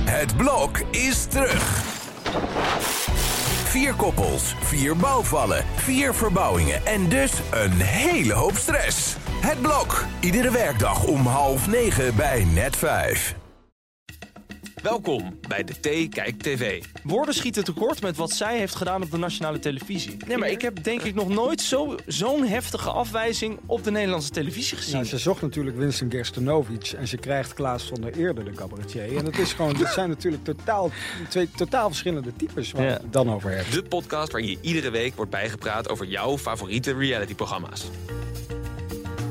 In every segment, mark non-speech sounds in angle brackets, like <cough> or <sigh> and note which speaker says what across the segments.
Speaker 1: Het blok is terug. Vier koppels, vier bouwvallen, vier verbouwingen en dus een hele hoop stress. Het blok, iedere werkdag om half negen bij net vijf.
Speaker 2: Welkom bij de T Kijk TV.
Speaker 3: Woorden schieten tekort met wat zij heeft gedaan op de nationale televisie. Nee, maar ik heb denk ik nog nooit zo- zo'n heftige afwijzing op de Nederlandse televisie gezien.
Speaker 4: Nou, ze zocht natuurlijk Winston Gerstenovic en ze krijgt Klaas van der Eerde, de cabaretier. En dat, is gewoon, dat zijn natuurlijk totaal, twee totaal verschillende types waar
Speaker 3: Ja.
Speaker 4: we het dan over hebben.
Speaker 2: De podcast waarin je iedere week wordt bijgepraat over jouw favoriete realityprogramma's.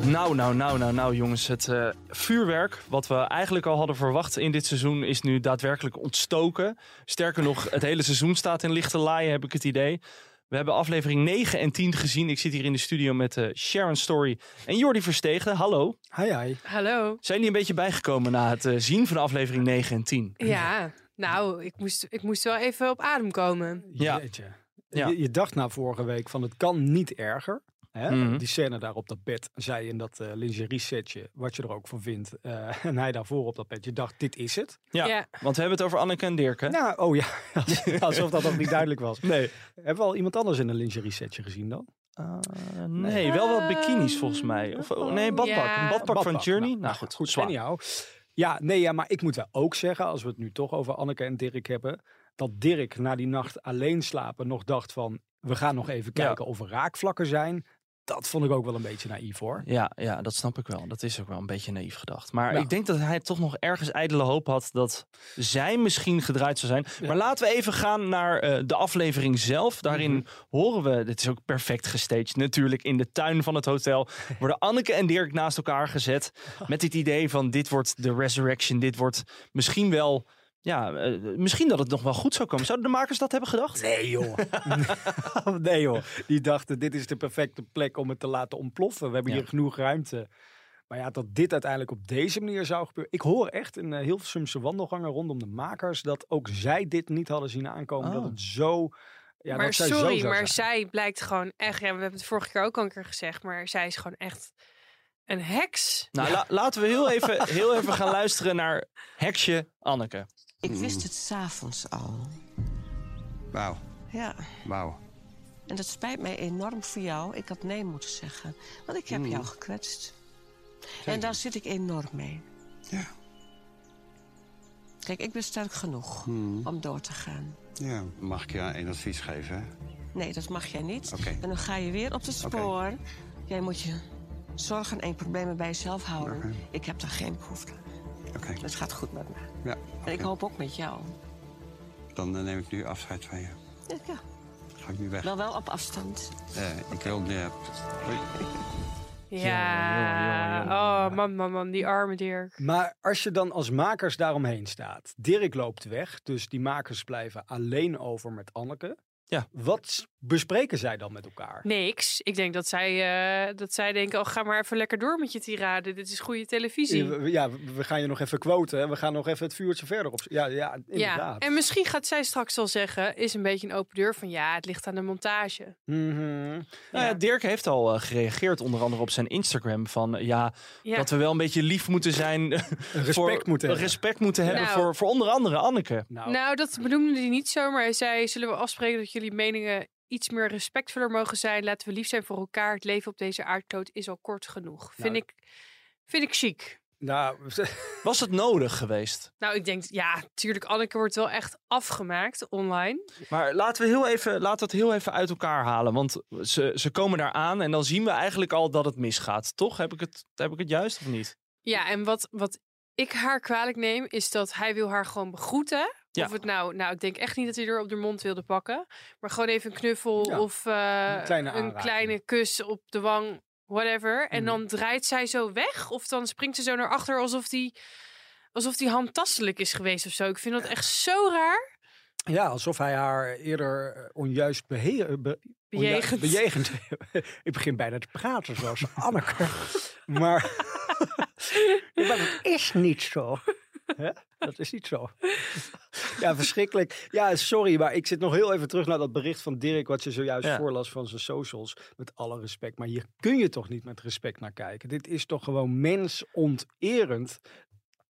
Speaker 3: Nou, nou, nou, nou, nou, jongens. Het eh, vuurwerk, wat we eigenlijk al hadden verwacht in dit seizoen, is nu daadwerkelijk ontstoken. Sterker nog, het hele seizoen staat in lichte laaien, heb ik het idee. We hebben aflevering 9 en 10 gezien. Ik zit hier in de studio met eh, Sharon Story en Jordi Verstegen. Hallo.
Speaker 4: Hi, hi.
Speaker 5: Hallo.
Speaker 3: Zijn jullie een beetje bijgekomen na het eh, zien van de aflevering 9 en 10?
Speaker 5: Ja, nou, ik moest, ik moest wel even op adem komen.
Speaker 3: Ja.
Speaker 4: Jeetje.
Speaker 3: Ja.
Speaker 4: Je, je dacht na vorige week van het kan niet erger. Hè?
Speaker 3: Mhm.
Speaker 4: Die scène daar op dat bed, zij in dat eh lingerie setje, wat je er ook van vindt. eh, <laughs> en hij daarvoor op dat bed. Je dacht, dit is het.
Speaker 3: Ja,
Speaker 5: Ja.
Speaker 3: want we hebben het over Anneke en Dirk, hè?
Speaker 4: Nou, oh ja, <laughs> alsof dat nog niet duidelijk was.
Speaker 3: Nee.
Speaker 4: Hebben we al iemand anders in een lingerie setje gezien dan?
Speaker 3: Eh, nee, wel wat bikinis volgens mij. Of, oh, nee, badpak.
Speaker 5: Ja.
Speaker 3: Een badpak, van
Speaker 4: Badpak.
Speaker 3: Journey. Nou, goed, goed zwaar.
Speaker 4: Anyhow. Ja, nee, ja, maar ik moet wel ook zeggen, als we het nu toch over Anneke en Dirk hebben, dat Dirk na die nacht alleen slapen nog dacht van, we gaan nog even
Speaker 3: Ja.
Speaker 4: kijken of er raakvlakken zijn. Dat vond ik ook wel een beetje naïef hoor.
Speaker 3: Ja, ja, dat snap ik wel. Dat is ook wel een beetje naïef gedacht. Maar
Speaker 4: Ja.
Speaker 3: ik denk dat hij toch nog ergens ijdele hoop had dat zij misschien gedraaid zou zijn. Maar laten we even gaan naar eh, de aflevering zelf. Daarin horen we, dit is ook perfect gestaged natuurlijk, in de tuin van het <laughs> hotel worden Anneke en Dirk naast elkaar gezet. Met het idee van dit wordt de resurrection, dit wordt misschien wel... Ja, eh, misschien dat het nog wel goed zou komen. Zouden de makers dat hebben gedacht?
Speaker 4: Nee joh. <laughs> nee joh. Die dachten, dit is de perfecte plek om het te laten ontploffen. We hebben
Speaker 3: Ja.
Speaker 4: hier genoeg ruimte. Maar ja, dat dit uiteindelijk op deze manier zou gebeuren. Ik hoor echt in heel Hilversumse wandelgangen rondom de makers dat ook zij dit niet hadden zien aankomen.
Speaker 3: Oh.
Speaker 4: Dat het zo... Ja,
Speaker 5: maar
Speaker 4: dat zij zo
Speaker 5: sorry,
Speaker 4: zou
Speaker 5: maar
Speaker 4: zijn.
Speaker 5: zij blijkt gewoon echt... Ja, we hebben het vorige keer ook al een keer gezegd, maar zij is gewoon echt een heks.
Speaker 3: Nou, la- laten we heel even, heel even gaan luisteren naar Heksje Anneke.
Speaker 6: Ik
Speaker 7: Mm.
Speaker 6: wist het s'avonds al.
Speaker 7: Wauw,
Speaker 6: Ja.
Speaker 7: wauw.
Speaker 6: En dat spijt mij enorm voor jou. Ik had nee moeten zeggen. Want ik heb
Speaker 7: Mm.
Speaker 6: jou gekwetst. En daar zit ik enorm mee.
Speaker 7: Ja,
Speaker 6: Kijk, ik ben sterk genoeg
Speaker 7: Mm.
Speaker 6: om door te gaan.
Speaker 7: ja. Mag ik jou een advies geven? hè?
Speaker 6: Nee, dat mag jij niet.
Speaker 7: Oké.
Speaker 6: En dan ga je weer op het spoor. Jij moet je zorgen en problemen bij jezelf houden. Ik heb daar geen behoefte. aan.
Speaker 7: Oké.
Speaker 6: Het gaat goed met mij.
Speaker 7: Ja.
Speaker 6: En ik
Speaker 7: oké.
Speaker 6: hoop ook met jou.
Speaker 7: Dan eh, neem ik nu afscheid van je.
Speaker 6: Ja, ja.
Speaker 7: Dan ga ik nu weg.
Speaker 6: Wel wel op afstand.
Speaker 7: Eh, ik wil... eh, hoi.
Speaker 5: Ja,
Speaker 3: jongen, jongen,
Speaker 5: oh man, man, man, die arme Dirk.
Speaker 4: Maar als je dan als makers daaromheen staat, Dirk loopt weg, dus die makers blijven alleen over met Anneke.
Speaker 3: Ja.
Speaker 4: Wat s- bespreken zij dan met elkaar?
Speaker 5: Niks. Ik denk dat zij, eh, dat zij denken, oh, ga maar even lekker door met je tirade. Dit is goede televisie.
Speaker 4: Ja, we- Ja, we we gaan je nog even quoten. hè. We gaan nog even het vuurtje verder op. Ja, ja
Speaker 5: Ja,
Speaker 4: inderdaad.
Speaker 5: en misschien gaat zij straks al zeggen, is een beetje een open deur van ja, het ligt aan de montage.
Speaker 4: Mhm.
Speaker 3: Nou ja, Dirk heeft al eh, gereageerd, onder andere op zijn Instagram. Van eh, ja,
Speaker 5: Ja.
Speaker 3: dat we wel een beetje lief moeten zijn. <laughs>
Speaker 4: Respect
Speaker 3: voor-
Speaker 4: moeten hebben.
Speaker 3: Respect moeten hebben
Speaker 5: Nou.
Speaker 3: voor, voor onder andere Anneke.
Speaker 4: Nou,
Speaker 5: Nou, dat benoemde hij niet zo, maar hij zei: Zullen we afspreken dat jullie meningen iets meer respectvoller mogen zijn? Laten we lief zijn voor elkaar. Het leven op deze aardkloot is al kort genoeg. Vind,
Speaker 4: Nou,
Speaker 5: ik, vind ik chic.
Speaker 4: nou, <laughs>
Speaker 3: Was het nodig geweest?
Speaker 5: Nou, ik denk, ja, tuurlijk, Anneke wordt wel echt afgemaakt online.
Speaker 3: Maar laten we, heel even, laten we het heel even uit elkaar halen. Want ze, ze komen daar aan en dan zien we eigenlijk al dat het misgaat. Toch? Heb ik het, heb ik het juist of niet?
Speaker 5: Ja, en wat, wat ik haar kwalijk neem, is dat hij wil haar gewoon begroeten.
Speaker 3: Ja.
Speaker 5: Of het nou, nou, ik denk echt niet dat hij er op de mond wilde pakken. Maar gewoon even een knuffel
Speaker 4: Ja,
Speaker 5: of eh,
Speaker 4: een kleine
Speaker 5: een
Speaker 4: aanraking.
Speaker 5: kleine kus op de wang, whatever. En
Speaker 4: Mm.
Speaker 5: dan draait zij zo weg. Of dan springt ze zo naar achter alsof die, alsof die handtastelijk is geweest of zo. Ik vind dat echt zo raar.
Speaker 4: ja, alsof hij haar eerder eh, onjuist behe- be- onju-
Speaker 5: Bejegend.
Speaker 4: bejegend. <laughs> Ik begin bijna te praten zoals
Speaker 5: <laughs>
Speaker 4: Anneke. maar, Ja, maar dat is niet zo. Hè? Dat is niet zo. Ja, verschrikkelijk. Ja, sorry, maar ik zit nog heel even terug naar dat bericht van Dirk... wat je zojuist
Speaker 3: Ja.
Speaker 4: voorlas van zijn socials. Met alle respect. Maar hier kun je toch niet met respect naar kijken? Dit is toch gewoon mensonterend?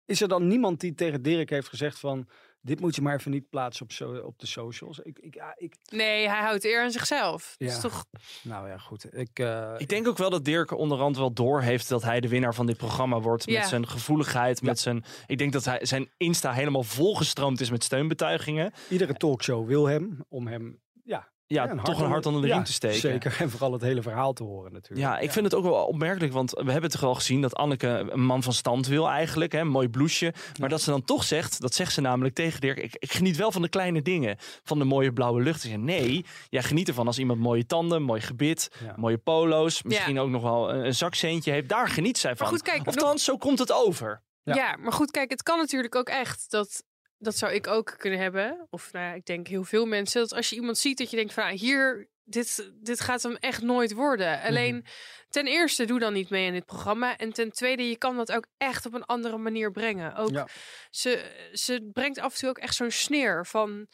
Speaker 4: Is er dan niemand die tegen Dirk heeft gezegd van... Dit moet je maar even niet plaatsen op, so- op de socials. Ik, ik, ja, ik,
Speaker 5: Nee, hij houdt eer aan zichzelf. Dat
Speaker 4: Ja.
Speaker 5: is toch...
Speaker 4: nou ja, goed. Ik, eh,
Speaker 3: Ik denk ook wel dat Dirk onderhand wel door heeft dat hij de winnaar van dit programma wordt.
Speaker 5: Ja.
Speaker 3: Met zijn gevoeligheid, met zijn... Ik denk dat hij, zijn Insta helemaal volgestroomd is met steunbetuigingen.
Speaker 4: iedere talkshow wil hem, om hem ja,
Speaker 3: Ja,
Speaker 4: ja,
Speaker 3: toch een hart onder de
Speaker 4: ja,
Speaker 3: riem te steken.
Speaker 4: Zeker, en vooral het hele verhaal te horen natuurlijk.
Speaker 3: Ja, ik vind het ook wel opmerkelijk, want we hebben het toch al gezien dat Anneke een man van stand wil eigenlijk. Hè, een mooi blouseje. Maar dat ze dan toch zegt, dat zegt ze namelijk tegen Dirk, ik, ik geniet wel van de kleine dingen. Van de mooie blauwe lucht. Ze zegt, nee, jij geniet ervan als iemand mooie tanden, mooi gebit,
Speaker 4: Ja.
Speaker 3: mooie polo's. Misschien ook nog wel een, een zakcentje heeft. Daar geniet zij van.
Speaker 5: goed, kijk,
Speaker 3: Althans, zo komt het over.
Speaker 4: Ja.
Speaker 5: Ja. maar goed, kijk, het kan natuurlijk ook echt. Dat, dat zou ik ook kunnen hebben. Of nou ja, ik denk heel veel mensen. Dat als je iemand ziet dat je denkt van ah, hier, dit, dit gaat hem echt nooit worden.
Speaker 4: Mhm.
Speaker 5: Alleen ten eerste doe dan niet mee aan dit programma. En ten tweede, je kan dat ook echt op een andere manier brengen. Ook,
Speaker 4: Ja.
Speaker 5: ze, ze brengt af en toe ook echt zo'n sneer van...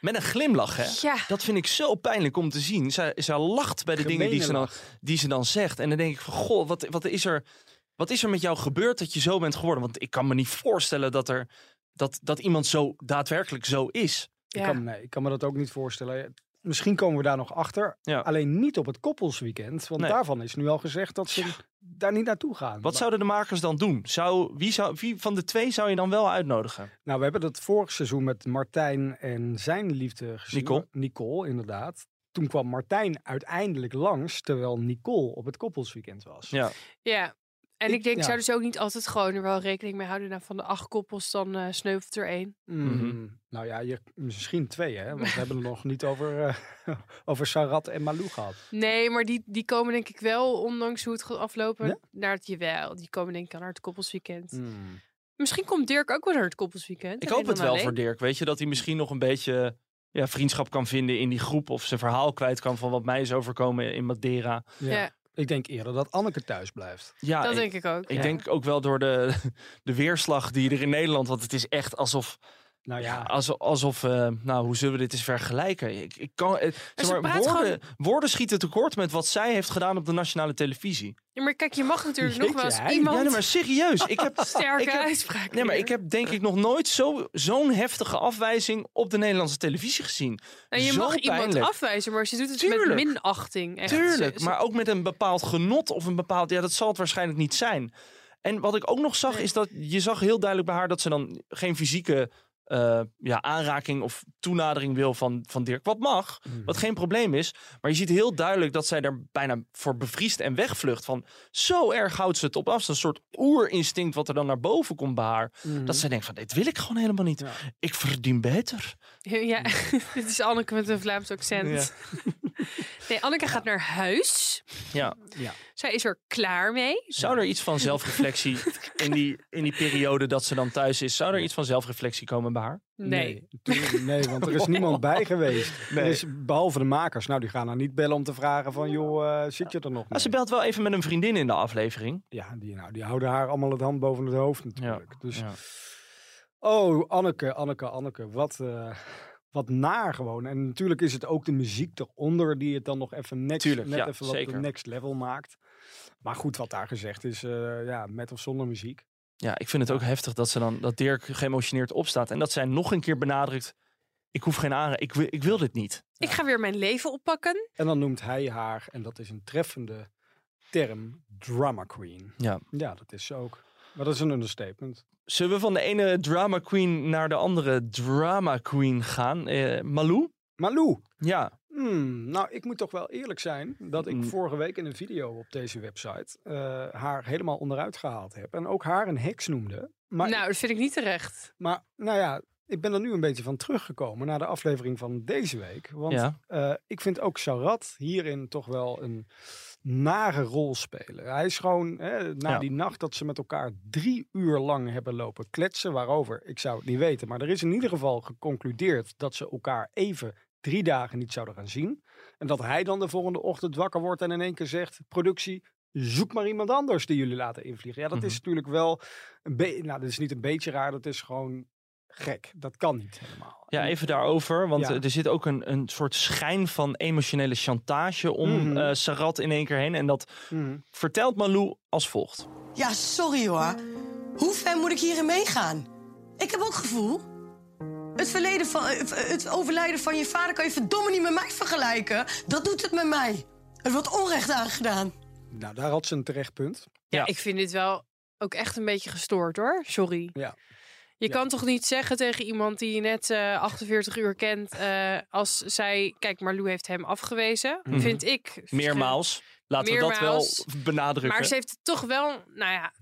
Speaker 3: Met een glimlach, hè?
Speaker 5: Ja.
Speaker 3: Dat vind ik zo pijnlijk om te zien. Zij, zij lacht bij de dingen die
Speaker 4: Gemene
Speaker 3: ze, dan, die ze dan zegt. En dan denk ik van, goh, wat, wat, is er, wat is er met jou gebeurd dat je zo bent geworden? Want ik kan me niet voorstellen dat, er, dat, dat iemand zo daadwerkelijk zo is.
Speaker 5: Ja,
Speaker 4: Ik, kan, nee, ik kan me dat ook niet voorstellen. Misschien komen we daar nog achter.
Speaker 3: Ja.
Speaker 4: Alleen niet op het koppelsweekend. Want
Speaker 3: Nee.
Speaker 4: daarvan is nu al gezegd dat ze daar niet naartoe gaan.
Speaker 3: Wat
Speaker 4: Maar-
Speaker 3: zouden de makers dan doen? Zou, wie, zou, wie van de twee zou je dan wel uitnodigen?
Speaker 4: Nou, we hebben dat vorig seizoen met Martijn en zijn liefde gezien.
Speaker 3: Nicole.
Speaker 4: Nicole, inderdaad. Toen kwam Martijn uiteindelijk langs, terwijl Nicole op het koppelsweekend was.
Speaker 3: Ja.
Speaker 5: ja. En
Speaker 4: Ik-
Speaker 5: ik denk,
Speaker 4: ja.
Speaker 5: zouden ze ook niet altijd gewoon er wel rekening mee houden? Nou, van de acht koppels, dan eh, sneuvelt er één.
Speaker 4: Mm,
Speaker 3: Mhm.
Speaker 4: Nou ja, je, misschien twee, hè? Want we hebben het nog niet over, eh, <laughs> over Sarat en Malou gehad.
Speaker 5: Nee, maar die, die komen denk ik wel, ondanks hoe het gaat aflopen,
Speaker 4: Ja?
Speaker 5: naar het jawel. Die komen denk ik aan naar het koppelsweekend.
Speaker 4: Mm.
Speaker 5: Misschien komt Dirk ook wel naar het
Speaker 3: Ik
Speaker 5: koppelsweekend. alleen
Speaker 3: hoop het
Speaker 5: dan
Speaker 3: wel
Speaker 5: alleen.
Speaker 3: voor Dirk. Weet je, dat hij misschien nog een beetje ja, vriendschap kan vinden in die groep. Of zijn verhaal kwijt kan van wat mij is overkomen in Madeira.
Speaker 4: Ja.
Speaker 5: Ja.
Speaker 4: Ik denk eerder dat Anneke thuis blijft.
Speaker 3: Ja,
Speaker 5: dat
Speaker 3: Ah, ik-
Speaker 5: denk ik ook.
Speaker 3: Ik
Speaker 5: ja.
Speaker 3: denk ook wel door de, <laughs> de weerslag die er in Nederland. Want het is echt alsof.
Speaker 5: Oh,
Speaker 4: Nou
Speaker 3: Ja,
Speaker 4: ja,
Speaker 3: alsof. alsof eh, nou, hoe zullen we dit eens vergelijken? Ik, ik kan, eh,
Speaker 5: ze
Speaker 3: zeg maar,
Speaker 5: praat
Speaker 3: woorden, woorden schieten tekort met wat zij heeft gedaan op de nationale televisie.
Speaker 5: Ja, maar kijk, je
Speaker 3: <laughs>
Speaker 5: mag natuurlijk nog wel
Speaker 4: Jeetje,
Speaker 5: eens
Speaker 4: hij-
Speaker 5: iemand
Speaker 3: Ja, nee, maar <laughs> serieus. Ik heb,
Speaker 5: <laughs> sterke
Speaker 3: ik heb-
Speaker 5: uitspraak.
Speaker 3: nee, maar
Speaker 5: hier.
Speaker 3: ik heb denk ik nog nooit zo- zo'n heftige afwijzing op de Nederlandse televisie gezien.
Speaker 5: Nou, je
Speaker 3: zo
Speaker 5: mag iemand
Speaker 3: pijnlijk.
Speaker 5: afwijzen, maar ze doet het
Speaker 3: Tuurlijk.
Speaker 5: met minachting. Echt.
Speaker 3: Tuurlijk,
Speaker 5: Ze- ze-
Speaker 3: maar ook met een bepaald genot of een bepaald... Ja, dat zal het waarschijnlijk niet zijn. En wat ik ook nog zag,
Speaker 5: Nee.
Speaker 3: is dat je zag heel duidelijk bij haar... dat ze dan geen fysieke eh, ja, aanraking of toenadering wil van, van Dirk. Wat mag, wat geen probleem is. Maar je ziet heel duidelijk dat zij er bijna voor bevriest en wegvlucht. Van zo erg houdt ze het op afstand. Een soort oerinstinct wat er dan naar boven komt bij haar. Dat zij denkt van, dit wil ik gewoon helemaal niet.
Speaker 4: Ja.
Speaker 3: Ik verdien beter.
Speaker 5: <laughs> Ja, <laughs> dit is Anneke met een Vlaams accent. <laughs> Nee, Anneke gaat naar huis.
Speaker 3: Ja.
Speaker 5: Zij is er klaar mee.
Speaker 3: Zou er <laughs> iets van zelfreflectie in die, in die periode dat ze dan thuis is, zou er iets van zelfreflectie komen bij haar?
Speaker 5: nee.
Speaker 4: tuurlijk- nee,
Speaker 3: <laughs>
Speaker 4: want er is niemand bij geweest.
Speaker 3: Nee.
Speaker 4: Dus behalve de makers. Nou, die gaan haar niet bellen om te vragen van, joh, eh, zit je er nog
Speaker 3: Nou,
Speaker 4: mee?
Speaker 3: ze belt wel even met een vriendin in de aflevering.
Speaker 4: Ja, die, nou, die houden haar allemaal het hand boven het hoofd natuurlijk. Dus,
Speaker 3: ja.
Speaker 4: oh, Anneke, Anneke, Anneke, wat, eh, wat naar gewoon. En natuurlijk is het ook de muziek eronder die het dan nog even next,
Speaker 3: Tuurlijk,
Speaker 4: net
Speaker 3: ja,
Speaker 4: even wat
Speaker 3: zeker.
Speaker 4: de next level maakt. Maar goed, wat daar gezegd is, eh, ja, met of zonder muziek.
Speaker 3: Ja, ik vind het ook heftig dat ze dan dat Dirk geëmotioneerd opstaat en dat zij nog een keer benadrukt: ik hoef geen aanraking, ik, wil- ik wil dit niet.
Speaker 5: Ik ga weer mijn leven oppakken.
Speaker 4: En dan noemt hij haar, en dat is een treffende term, drama queen.
Speaker 3: Ja.
Speaker 4: Ja, dat is ze ook. Maar dat is een understatement.
Speaker 3: Zullen we van de ene drama queen naar de andere drama queen gaan? Eh, Malou?
Speaker 4: Malou,
Speaker 3: Ja,
Speaker 4: Hmm, nou, ik moet toch wel eerlijk zijn dat ik
Speaker 3: Mm.
Speaker 4: vorige week in een video op deze website eh, haar helemaal onderuit gehaald heb. En ook haar een heks noemde. Maar,
Speaker 5: nou, dat vind ik niet terecht.
Speaker 4: maar nou ja, ik ben er nu een beetje van teruggekomen na de aflevering van deze week. Want
Speaker 3: ja.
Speaker 4: eh, ik vind ook Sarat hierin toch wel een nare rol spelen. Hij is gewoon, hè, na
Speaker 3: Ja.
Speaker 4: die nacht dat ze met elkaar drie uur lang hebben lopen kletsen, waarover, ik zou het niet weten. Maar er is in ieder geval geconcludeerd dat ze elkaar even drie dagen niet zouden gaan zien. En dat hij dan de volgende ochtend wakker wordt en in één keer zegt, productie, zoek maar iemand anders die jullie laten invliegen. Ja, dat
Speaker 3: Mhm.
Speaker 4: is natuurlijk wel, een be- nou dat is niet een beetje raar, dat is gewoon gek. Dat kan niet helemaal.
Speaker 3: Ja,
Speaker 4: En-
Speaker 3: even daarover. Want
Speaker 4: Ja.
Speaker 3: eh, er zit ook een, een soort schijn van emotionele chantage om
Speaker 4: Mhm.
Speaker 3: eh, Sarat in één keer heen. En dat
Speaker 4: Mhm.
Speaker 3: vertelt Malou als volgt.
Speaker 8: Ja, sorry hoor. Hoe ver moet ik hierin meegaan? Ik heb ook gevoel. Het, verleden van, eh, het overlijden van je vader kan je verdomme niet met mij vergelijken. Dat doet het met mij. Er wordt onrecht aangedaan.
Speaker 4: Nou, daar had ze een terecht punt.
Speaker 3: Ja.
Speaker 5: Ik vind dit wel ook echt een beetje gestoord hoor. Sorry.
Speaker 4: Ja.
Speaker 5: Je
Speaker 4: Ja.
Speaker 5: kan toch niet zeggen tegen iemand die je net eh, 48 uur kent, eh, als zij, kijk, Marlou heeft hem afgewezen,
Speaker 3: Mhm.
Speaker 5: vind ik.
Speaker 3: Meermaals. Laten we
Speaker 5: Meermaals.
Speaker 3: dat wel benadrukken.
Speaker 5: Maar ze heeft het toch wel, nou ja,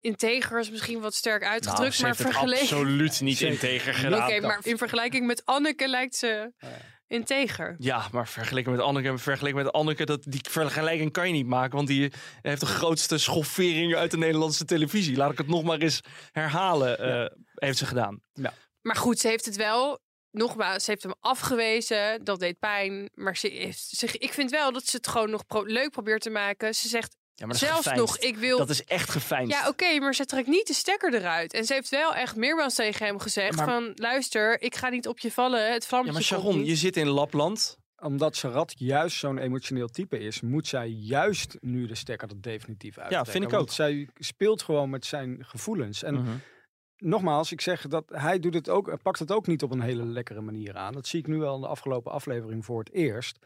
Speaker 5: integer is misschien wat sterk
Speaker 3: Nou,
Speaker 5: uitgedrukt,
Speaker 3: ze
Speaker 5: maar
Speaker 3: heeft het
Speaker 5: vergeleken.
Speaker 3: absoluut niet
Speaker 4: Zeker.
Speaker 3: integer
Speaker 5: Oké,
Speaker 3: gedaan.
Speaker 5: maar in vergelijking met Anneke lijkt ze
Speaker 4: ja.
Speaker 5: integer.
Speaker 3: Ja, maar vergeleken met Anneke, vergeleken met Anneke, dat, die vergelijking kan je niet maken. Want die heeft de grootste schoffering uit de Nederlandse televisie. Laat ik het nog maar eens herhalen, eh, heeft ze gedaan.
Speaker 5: Maar goed, ze heeft het wel. Nogmaals, ze heeft hem afgewezen. Dat deed pijn. Maar ze heeft zich, ik vind wel dat ze het gewoon nog pro- leuk probeert te maken. Ze zegt
Speaker 3: Ja, maar dat is
Speaker 5: zelfs
Speaker 3: geveinsd.
Speaker 5: nog, ik wil...
Speaker 3: Dat is echt gefijnst.
Speaker 5: Ja, oké, maar ze trekt niet de stekker eruit. En ze heeft wel echt meermaals tegen hem gezegd
Speaker 4: Ja, maar-
Speaker 5: van... Luister, ik ga niet op je vallen. Het
Speaker 3: Ja,
Speaker 5: vlammetje
Speaker 3: maar
Speaker 5: komt
Speaker 3: Sharon,
Speaker 5: niet.
Speaker 3: je zit in Lapland.
Speaker 4: Omdat Sarat juist zo'n emotioneel type is, moet zij juist nu de stekker er definitief uit.
Speaker 3: vind ik ook. Mhm.
Speaker 4: zij speelt gewoon met zijn gevoelens.
Speaker 5: Mhm.
Speaker 4: En nogmaals, ik zeg dat hij doet het ook, hij pakt het ook niet op een hele lekkere manier aan. Dat zie ik nu wel in de afgelopen aflevering voor het eerst.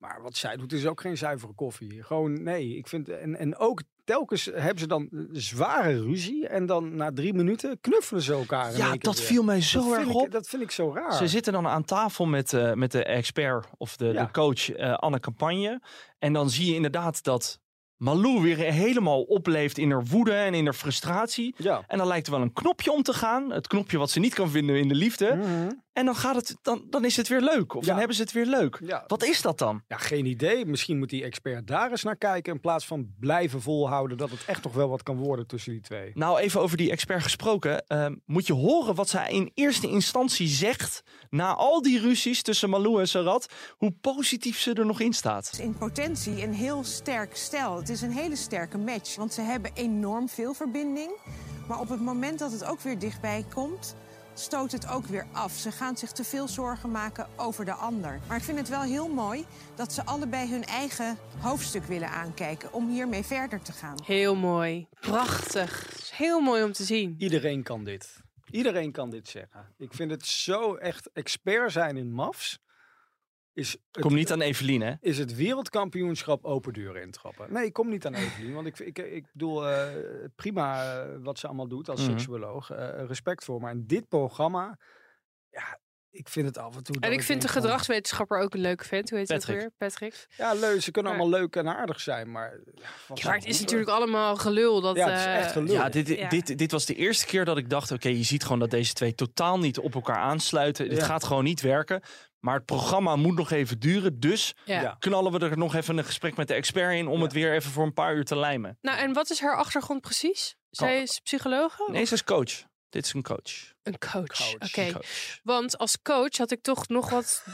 Speaker 4: Maar wat zij doet is ook geen zuivere koffie. Gewoon nee, ik vind en, en ook telkens hebben ze dan eh, zware ruzie en dan na drie minuten knuffelen ze elkaar. in één
Speaker 3: Ja,
Speaker 4: keer
Speaker 3: dat
Speaker 4: weer.
Speaker 3: viel mij
Speaker 4: Dat
Speaker 3: zo erg
Speaker 4: vind
Speaker 3: op.
Speaker 4: Ik, dat vind ik zo raar.
Speaker 3: Ze zitten dan aan tafel met, eh, met de expert of de,
Speaker 4: Ja.
Speaker 3: de coach eh, Anne Campagne. En dan zie je inderdaad dat Malou weer helemaal opleeft in haar woede en in haar frustratie.
Speaker 4: ja.
Speaker 3: En dan lijkt er wel een knopje om te gaan. Het knopje wat ze niet kan vinden in de liefde.
Speaker 4: Mhm.
Speaker 3: En dan, gaat het, dan, dan is het weer leuk. Of
Speaker 4: Ja.
Speaker 3: dan hebben ze het weer leuk.
Speaker 4: Ja.
Speaker 3: Wat is dat dan?
Speaker 4: Ja, geen idee. Misschien moet die expert daar eens naar kijken. In plaats van blijven volhouden dat het echt nog wel wat kan worden tussen die twee.
Speaker 3: Nou, even over die expert gesproken. Ehm, moet je horen wat zij in eerste instantie zegt. na al die ruzies tussen Malou en Sarat. hoe positief ze er nog in staat.
Speaker 6: In potentie een heel sterk stel. Het is een hele sterke match, want ze hebben enorm veel verbinding. Maar op het moment dat het ook weer dichtbij komt, stoot het ook weer af. Ze gaan zich te veel zorgen maken over de ander. Maar ik vind het wel heel mooi dat ze allebei hun eigen hoofdstuk willen aankijken om hiermee verder te gaan.
Speaker 5: Heel mooi. Prachtig. Het is Heel mooi om te zien.
Speaker 4: Iedereen kan dit. Iedereen kan dit zeggen. Ik vind het zo echt expert zijn in MAFs. Is het,
Speaker 3: Kom niet aan Evelien, hè?
Speaker 4: is het wereldkampioenschap open deuren intrappen? Nee, ik kom niet aan Evelien. Want ik, ik, ik bedoel, eh, prima eh, wat ze allemaal doet als
Speaker 3: Mhm.
Speaker 4: seksuoloog. eh, respect voor. Maar in dit programma, ja, ik vind het af en toe... dat
Speaker 5: En ik vind de
Speaker 4: denk van,
Speaker 5: gedragswetenschapper ook een leuke vent. Hoe heet hij ook
Speaker 3: Patrick.
Speaker 5: weer? Patrick.
Speaker 4: Ja, leuk. Ze kunnen
Speaker 5: Maar-
Speaker 4: allemaal leuk en aardig zijn, maar... Ja, van
Speaker 5: Ja, maar het
Speaker 4: zo'n
Speaker 5: is
Speaker 4: hoeven.
Speaker 5: natuurlijk allemaal gelul. Dat,
Speaker 4: Ja, het is
Speaker 5: eh,
Speaker 4: echt gelul.
Speaker 3: Ja, dit,
Speaker 5: Ja.
Speaker 3: Dit, dit was de eerste keer dat ik dacht: oké, je ziet gewoon dat deze twee totaal niet op elkaar aansluiten. Dit
Speaker 4: Ja.
Speaker 3: gaat gewoon niet werken. Maar het programma moet nog even duren. Dus
Speaker 5: ja.
Speaker 4: Ja.
Speaker 3: knallen we er nog even een gesprek met de expert in. om
Speaker 4: Ja.
Speaker 3: het weer even voor een paar uur te lijmen.
Speaker 5: Nou, en wat is haar achtergrond precies? Zij is psychologe?
Speaker 3: Nee, ze is coach. Dit is een coach.
Speaker 5: Een coach. Oké.
Speaker 3: Een coach.
Speaker 5: Want als coach had ik toch nog wat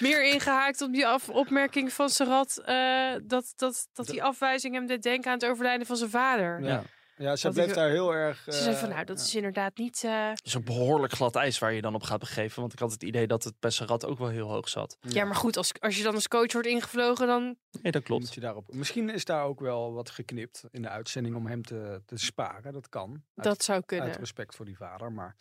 Speaker 5: meer ingehaakt op die af- opmerking van Sarat. eh, dat, dat, dat die afwijzing hem deed denken aan het overlijden van zijn vader.
Speaker 4: Ja, ja ze
Speaker 5: Want
Speaker 4: bleef
Speaker 5: ik-
Speaker 4: daar heel erg...
Speaker 5: Ze zei
Speaker 4: eh,
Speaker 5: van, nou, dat is inderdaad niet... eh,
Speaker 3: Het is een behoorlijk glad ijs waar je dan op gaat begeven. Want ik had het idee dat het bij Sarat ook wel heel hoog zat.
Speaker 5: ja. maar goed, als, als je dan als coach wordt ingevlogen, dan...
Speaker 3: Nee, dat
Speaker 4: Moet
Speaker 3: klopt.
Speaker 4: je daarop. Misschien is daar ook wel wat geknipt in de uitzending om hem te, te sparen. Dat kan. Uit,
Speaker 5: dat zou
Speaker 4: Uit
Speaker 5: kunnen.
Speaker 4: respect voor die vader. Maar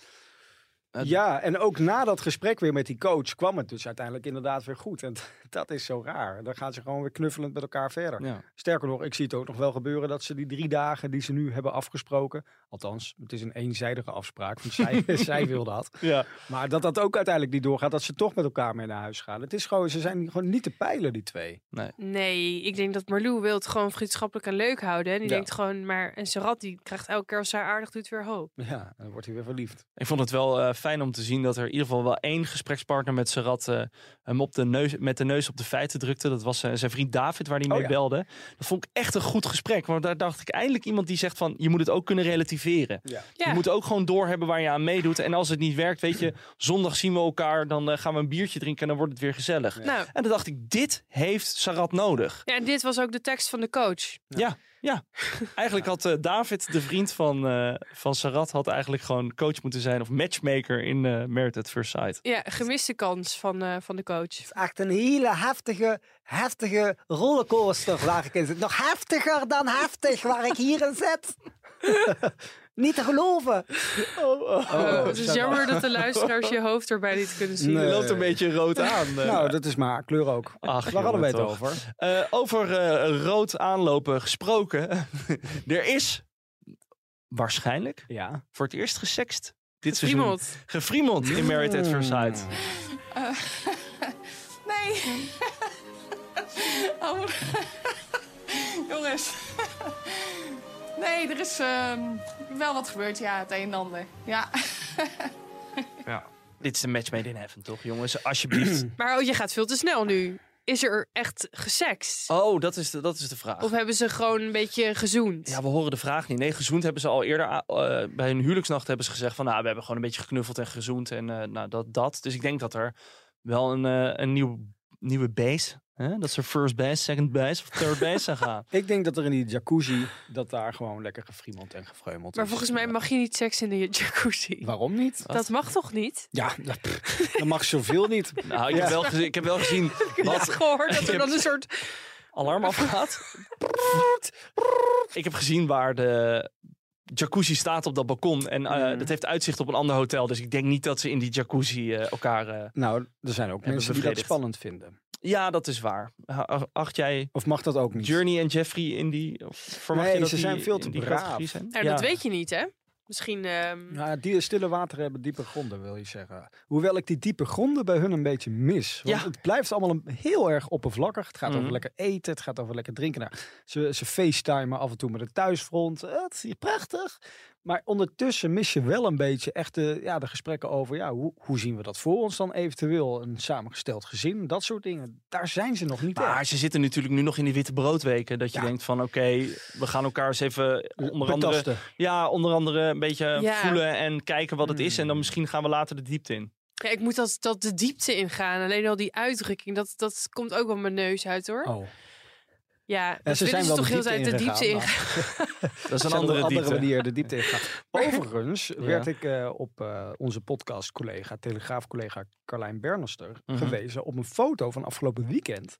Speaker 3: Het-
Speaker 4: ja, en ook na dat gesprek weer met die coach kwam het dus uiteindelijk inderdaad weer goed. En <laughs> dat is zo raar. Dan gaan ze gewoon weer knuffelend met elkaar verder.
Speaker 3: Ja.
Speaker 4: Sterker nog, ik zie het ook nog wel gebeuren dat ze die drie dagen die ze nu hebben afgesproken. Althans, het is een eenzijdige afspraak. Want zij,
Speaker 3: <laughs>
Speaker 4: zij wil dat.
Speaker 3: Ja.
Speaker 4: Maar dat dat ook uiteindelijk niet doorgaat, dat ze toch met elkaar mee naar huis gaan. Het is gewoon, ze zijn gewoon niet te peilen, die twee.
Speaker 5: Nee, ik denk dat Marlou wil het gewoon vriendschappelijk en leuk houden. En die
Speaker 4: Ja.
Speaker 5: denkt gewoon, maar... En Sarat, die krijgt elke keer als zij aardig doet weer hoop.
Speaker 4: Ja, en dan wordt hij weer verliefd.
Speaker 3: Ik vond het wel eh, fijn om te zien dat er in ieder geval wel één gesprekspartner met Sarat eh, hem op de neus, met de neus op de feiten drukte. Dat was eh, zijn vriend David, waar hij mee
Speaker 4: Oh ja.
Speaker 3: belde. Dat vond ik echt een goed gesprek. Want daar dacht ik eindelijk iemand die zegt van je moet het ook kunnen relativeren.
Speaker 4: Ja.
Speaker 5: Ja,
Speaker 3: Je moet ook gewoon doorhebben waar je aan meedoet. En als het niet werkt, weet je, zondag zien we elkaar. Dan eh, gaan we een biertje drinken en dan wordt het weer gezellig.
Speaker 5: nou...
Speaker 3: En dan dacht ik, dit heeft Sarat nodig.
Speaker 5: Ja, en dit was ook de tekst van de coach.
Speaker 3: Eigenlijk had eh, David, de vriend van, eh, van Sarat, had eigenlijk gewoon coach moeten zijn of matchmaker in eh Merit at First Sight.
Speaker 5: Ja, gemiste kans van, eh, van de coach.
Speaker 4: Echt een hele heftige, heftige rollercoaster waar ik in zit. Nog heftiger dan heftig waar ik hier in zit. <laughs> Niet te geloven.
Speaker 3: Oh, oh.
Speaker 5: Oh, het is jammer dat de luisteraars je hoofd erbij niet kunnen zien.
Speaker 4: Nee.
Speaker 3: Je loopt een beetje rood aan. eh.
Speaker 4: Nou, dat is maar kleur ook.
Speaker 3: Ach,
Speaker 4: Waar hadden wij het
Speaker 3: jongen, toch.
Speaker 4: over?
Speaker 3: Eh, over eh, rood aanlopen gesproken. <laughs> er is waarschijnlijk
Speaker 4: Ja.
Speaker 3: voor het eerst gesext dit seizoen.
Speaker 5: Iemand.
Speaker 3: Gefriemeld in Married
Speaker 4: Mm.
Speaker 3: at First Sight.
Speaker 8: <laughs>
Speaker 6: <laughs>
Speaker 8: Nee. Oh, wat- Jongens. Nee, er is ehm, wel wat gebeurd, ja, het een en ander. Ja.
Speaker 3: Dit is een match made in heaven, toch jongens?
Speaker 4: <clears throat>
Speaker 3: Alsjeblieft.
Speaker 5: <laughs> Maar oh, je gaat veel te snel nu. Is er echt gesext?
Speaker 3: oh, dat is, de, dat is de vraag.
Speaker 5: Of hebben ze gewoon een beetje gezoend?
Speaker 3: Ja, we horen de vraag niet. Nee, gezoend hebben ze al eerder. a- eh, bij hun huwelijksnacht hebben ze gezegd van... nou, we hebben gewoon een beetje geknuffeld en gezoend en eh, nou, dat, dat. Dus ik denk dat er wel een, eh, een nieuw, nieuwe base... Hè? Dat ze first base, second base of third base zijn gaan.
Speaker 4: Ik denk dat er in die jacuzzi, dat daar gewoon lekker gefriemeld en gefreumeld
Speaker 5: maar
Speaker 4: is. nou?
Speaker 5: volgens mij mag je niet seks in de jacuzzi.
Speaker 4: Waarom niet?
Speaker 5: Dat mag toch niet?
Speaker 4: Ja, dat, pff, dat mag zoveel niet.
Speaker 3: <laughs> Nou, ik, heb wel gezien, ik heb wel gezien
Speaker 5: <laughs> Ik
Speaker 3: wat
Speaker 5: had gehoord dat er dan een soort...
Speaker 3: alarm afgaat. ik heb gezien waar de jacuzzi staat op dat balkon. En eh, dat heeft uitzicht op een ander hotel. Dus ik denk niet dat ze in die jacuzzi eh, elkaar... eh,
Speaker 4: Nou, er zijn ook
Speaker 3: Hebben
Speaker 4: mensen die dat
Speaker 3: bevredigd.
Speaker 4: spannend vinden.
Speaker 3: Ja, dat is waar. Ha- Acht jij
Speaker 4: Of mag dat ook niet?
Speaker 3: Journey en Jeffrey in die. of Verwacht
Speaker 4: Nee,
Speaker 3: je dat
Speaker 4: ze
Speaker 3: die
Speaker 4: zijn veel te
Speaker 3: in die
Speaker 4: braaf.
Speaker 3: categorie zijn?
Speaker 5: Nou, dat weet je niet, hè? Misschien... ehm,
Speaker 4: Nou, die stille wateren hebben diepe gronden, wil je zeggen. Hoewel ik die diepe gronden bij hun een beetje mis. Want
Speaker 3: Ja.
Speaker 4: het blijft allemaal een, heel erg oppervlakkig. Het gaat
Speaker 3: Mhm.
Speaker 4: over lekker eten, het gaat over lekker drinken. Nou, ze, ze facetimen af en toe met het thuisfront. Eh, Het is hier prachtig. Maar ondertussen mis je wel een beetje echt de, ja, de gesprekken over... Ja, hoe, hoe zien we dat voor ons dan eventueel? Een samengesteld gezin, dat soort dingen. Daar zijn ze nog niet
Speaker 3: Maar
Speaker 4: echt.
Speaker 3: ze zitten natuurlijk nu nog in die witte broodweken. Dat je
Speaker 4: Ja.
Speaker 3: denkt van oké, we gaan elkaar eens even onder andere,
Speaker 4: Betasten.
Speaker 3: ja, onder andere een beetje
Speaker 5: Ja.
Speaker 3: voelen en kijken wat het is.
Speaker 4: Hmm.
Speaker 3: En dan misschien gaan we later de diepte in.
Speaker 5: ja, ik moet dat, dat de diepte ingaan. Alleen al die uitdrukking, dat, dat komt ook wel mijn neus uit, hoor.
Speaker 4: Oh.
Speaker 5: Ja,
Speaker 4: Ja,
Speaker 5: dat
Speaker 4: ze zijn
Speaker 5: willen ze
Speaker 4: wel
Speaker 5: Dus toch heel de tijd de
Speaker 4: ingegaan,
Speaker 5: diepte
Speaker 4: maar-
Speaker 5: ingaan.
Speaker 3: Dat is een
Speaker 4: Zijn op
Speaker 3: andere diepte.
Speaker 4: manier de diepte ingaan.
Speaker 3: <laughs>
Speaker 4: Overigens werd ik eh, op eh, onze podcast-collega, telegraaf-collega Carlijn Bernester
Speaker 3: Mhm.
Speaker 4: gewezen op een foto van afgelopen weekend.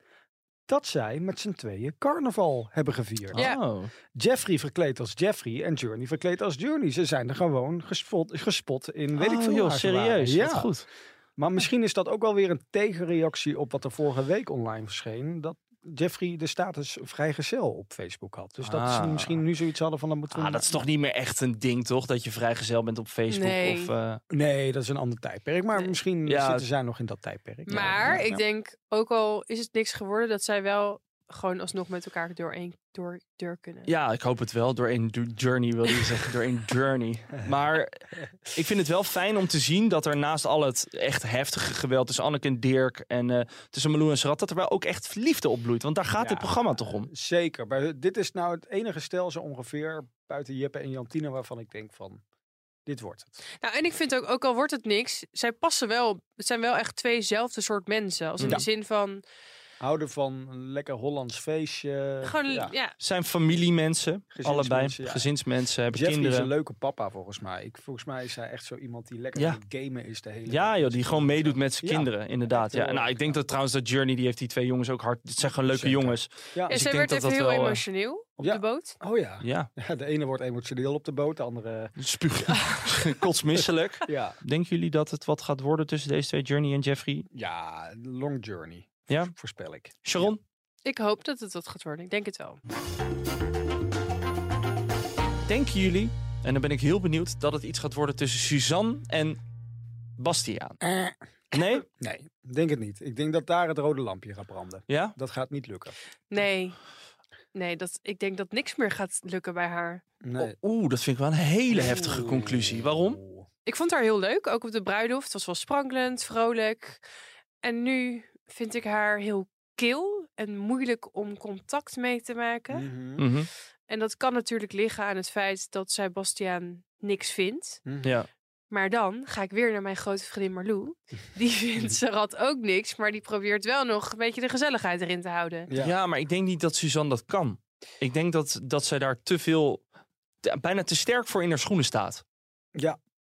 Speaker 4: Dat zij met z'n tweeën carnaval hebben gevierd.
Speaker 5: Ja.
Speaker 3: Oh.
Speaker 4: Jeffrey verkleed als Jeffrey en Journey verkleed als Journey. Ze zijn er gewoon gespot, gespot in, weet ik
Speaker 3: Oh,
Speaker 4: veel.
Speaker 3: joh,
Speaker 4: waar ze waren.
Speaker 3: serieus.
Speaker 4: Ja.
Speaker 3: Wat goed.
Speaker 4: Maar misschien is dat ook wel weer een tegenreactie op wat er vorige week online verscheen. Dat Jeffrey de status vrijgezel op Facebook had. Dus dat ze
Speaker 3: Ah.
Speaker 4: misschien nu zoiets hadden van dat moeten we
Speaker 3: Ah, dat is toch niet meer echt een ding, toch? Dat je vrijgezel bent op Facebook
Speaker 5: Nee.
Speaker 3: of... eh,
Speaker 4: Nee, dat is een ander tijdperk. Maar misschien
Speaker 3: Ja.
Speaker 4: zitten zij nog in dat tijdperk.
Speaker 5: Maar
Speaker 4: Ja, ja,
Speaker 5: ik
Speaker 4: ja.
Speaker 5: denk, ook al is het niks geworden, dat zij wel gewoon alsnog met elkaar door één door, deur kunnen.
Speaker 3: Ja, ik hoop het wel. Door een du- journey wil je zeggen. Door een journey. Maar ik vind het wel fijn om te zien dat er naast al het echt heftige geweld tussen Anneke en Dirk en eh, tussen Malou en Srat, dat er wel ook echt liefde opbloeit. Want daar gaat dit
Speaker 4: Ja.
Speaker 3: programma toch om?
Speaker 4: Zeker. Maar dit is nou het enige stel zo ongeveer buiten Jeppe en Jantine waarvan ik denk van... Dit wordt het.
Speaker 5: Nou, en ik vind ook, ook al wordt het niks, zij passen wel. Het zijn wel echt tweezelfde soort mensen. Als in
Speaker 4: Ja.
Speaker 5: de zin van,
Speaker 4: Houden van een lekker Hollands feestje.
Speaker 3: Eh,
Speaker 5: gewoon, ja.
Speaker 4: Ja.
Speaker 3: Het Zijn familiemensen,
Speaker 4: Gezinsmensen,
Speaker 3: allebei
Speaker 4: ja.
Speaker 3: gezinsmensen, hebben
Speaker 4: Jeffrey is
Speaker 3: kinderen.
Speaker 4: een leuke papa volgens mij. Ik, volgens mij is hij echt zo iemand die lekker
Speaker 3: Ja.
Speaker 4: aan het gamen is de hele
Speaker 3: Ja,
Speaker 4: dag.
Speaker 3: joh, die gewoon meedoet met zijn
Speaker 4: Ja.
Speaker 3: kinderen, inderdaad.
Speaker 4: Echt
Speaker 3: Ja.
Speaker 4: heel
Speaker 3: Nou,
Speaker 4: erg,
Speaker 3: ik denk dat trouwens dat Journey, die heeft die twee jongens ook hard. Het zijn gewoon leuke
Speaker 4: Zeker.
Speaker 3: jongens.
Speaker 4: Ja.
Speaker 5: en
Speaker 3: Dus ik
Speaker 5: zij
Speaker 3: denk
Speaker 5: werd
Speaker 3: dat
Speaker 5: even
Speaker 3: dat
Speaker 5: heel
Speaker 3: wel, eh,
Speaker 5: emotioneel op
Speaker 4: Ja.
Speaker 5: de boot.
Speaker 4: Oh ja.
Speaker 3: Ja,
Speaker 4: ja. De ene wordt emotioneel op de boot, de andere...
Speaker 3: spuug.
Speaker 4: <laughs>
Speaker 3: Kotsmisselijk.
Speaker 4: Ja,
Speaker 3: Denken jullie dat het wat gaat worden tussen deze twee, Journey en Jeffrey?
Speaker 4: ja long journey.
Speaker 3: Ja.
Speaker 4: Voorspel ik.
Speaker 3: Sharon?
Speaker 5: Ik hoop dat het dat gaat worden. Ik denk het wel.
Speaker 3: denken jullie, en dan ben ik heel benieuwd, dat het iets gaat worden tussen Suzanne en Bastiaan?
Speaker 4: Eh.
Speaker 3: Nee?
Speaker 4: Nee, denk het niet. Ik denk dat daar het rode lampje gaat branden.
Speaker 3: Ja?
Speaker 4: Dat gaat niet lukken.
Speaker 3: Oh,
Speaker 5: Nee. Nee, dat, ik denk dat niks meer gaat lukken bij haar.
Speaker 4: Nee.
Speaker 3: Oeh, dat vind ik wel een hele heftige conclusie. Waarom?
Speaker 5: Ik vond haar heel leuk, ook op de bruiloft. Het was wel sprankelend, vrolijk. En nu vind ik haar heel kil en moeilijk om contact mee te maken.
Speaker 4: Mhm.
Speaker 3: Mhm,
Speaker 5: En dat kan natuurlijk liggen aan het feit dat zij Bastiaan niks vindt.
Speaker 4: Mm-hmm.
Speaker 3: Ja.
Speaker 5: Maar dan ga ik weer naar mijn grote vriendin
Speaker 4: <laughs>
Speaker 5: Marlou. Die vindt Sarat ook niks, maar die probeert wel nog een beetje de gezelligheid erin te houden.
Speaker 4: Ja.
Speaker 3: Ja. maar ik denk niet dat Suzanne dat kan. Ik denk dat, dat zij daar te veel, te- bijna te sterk voor in haar schoenen staat.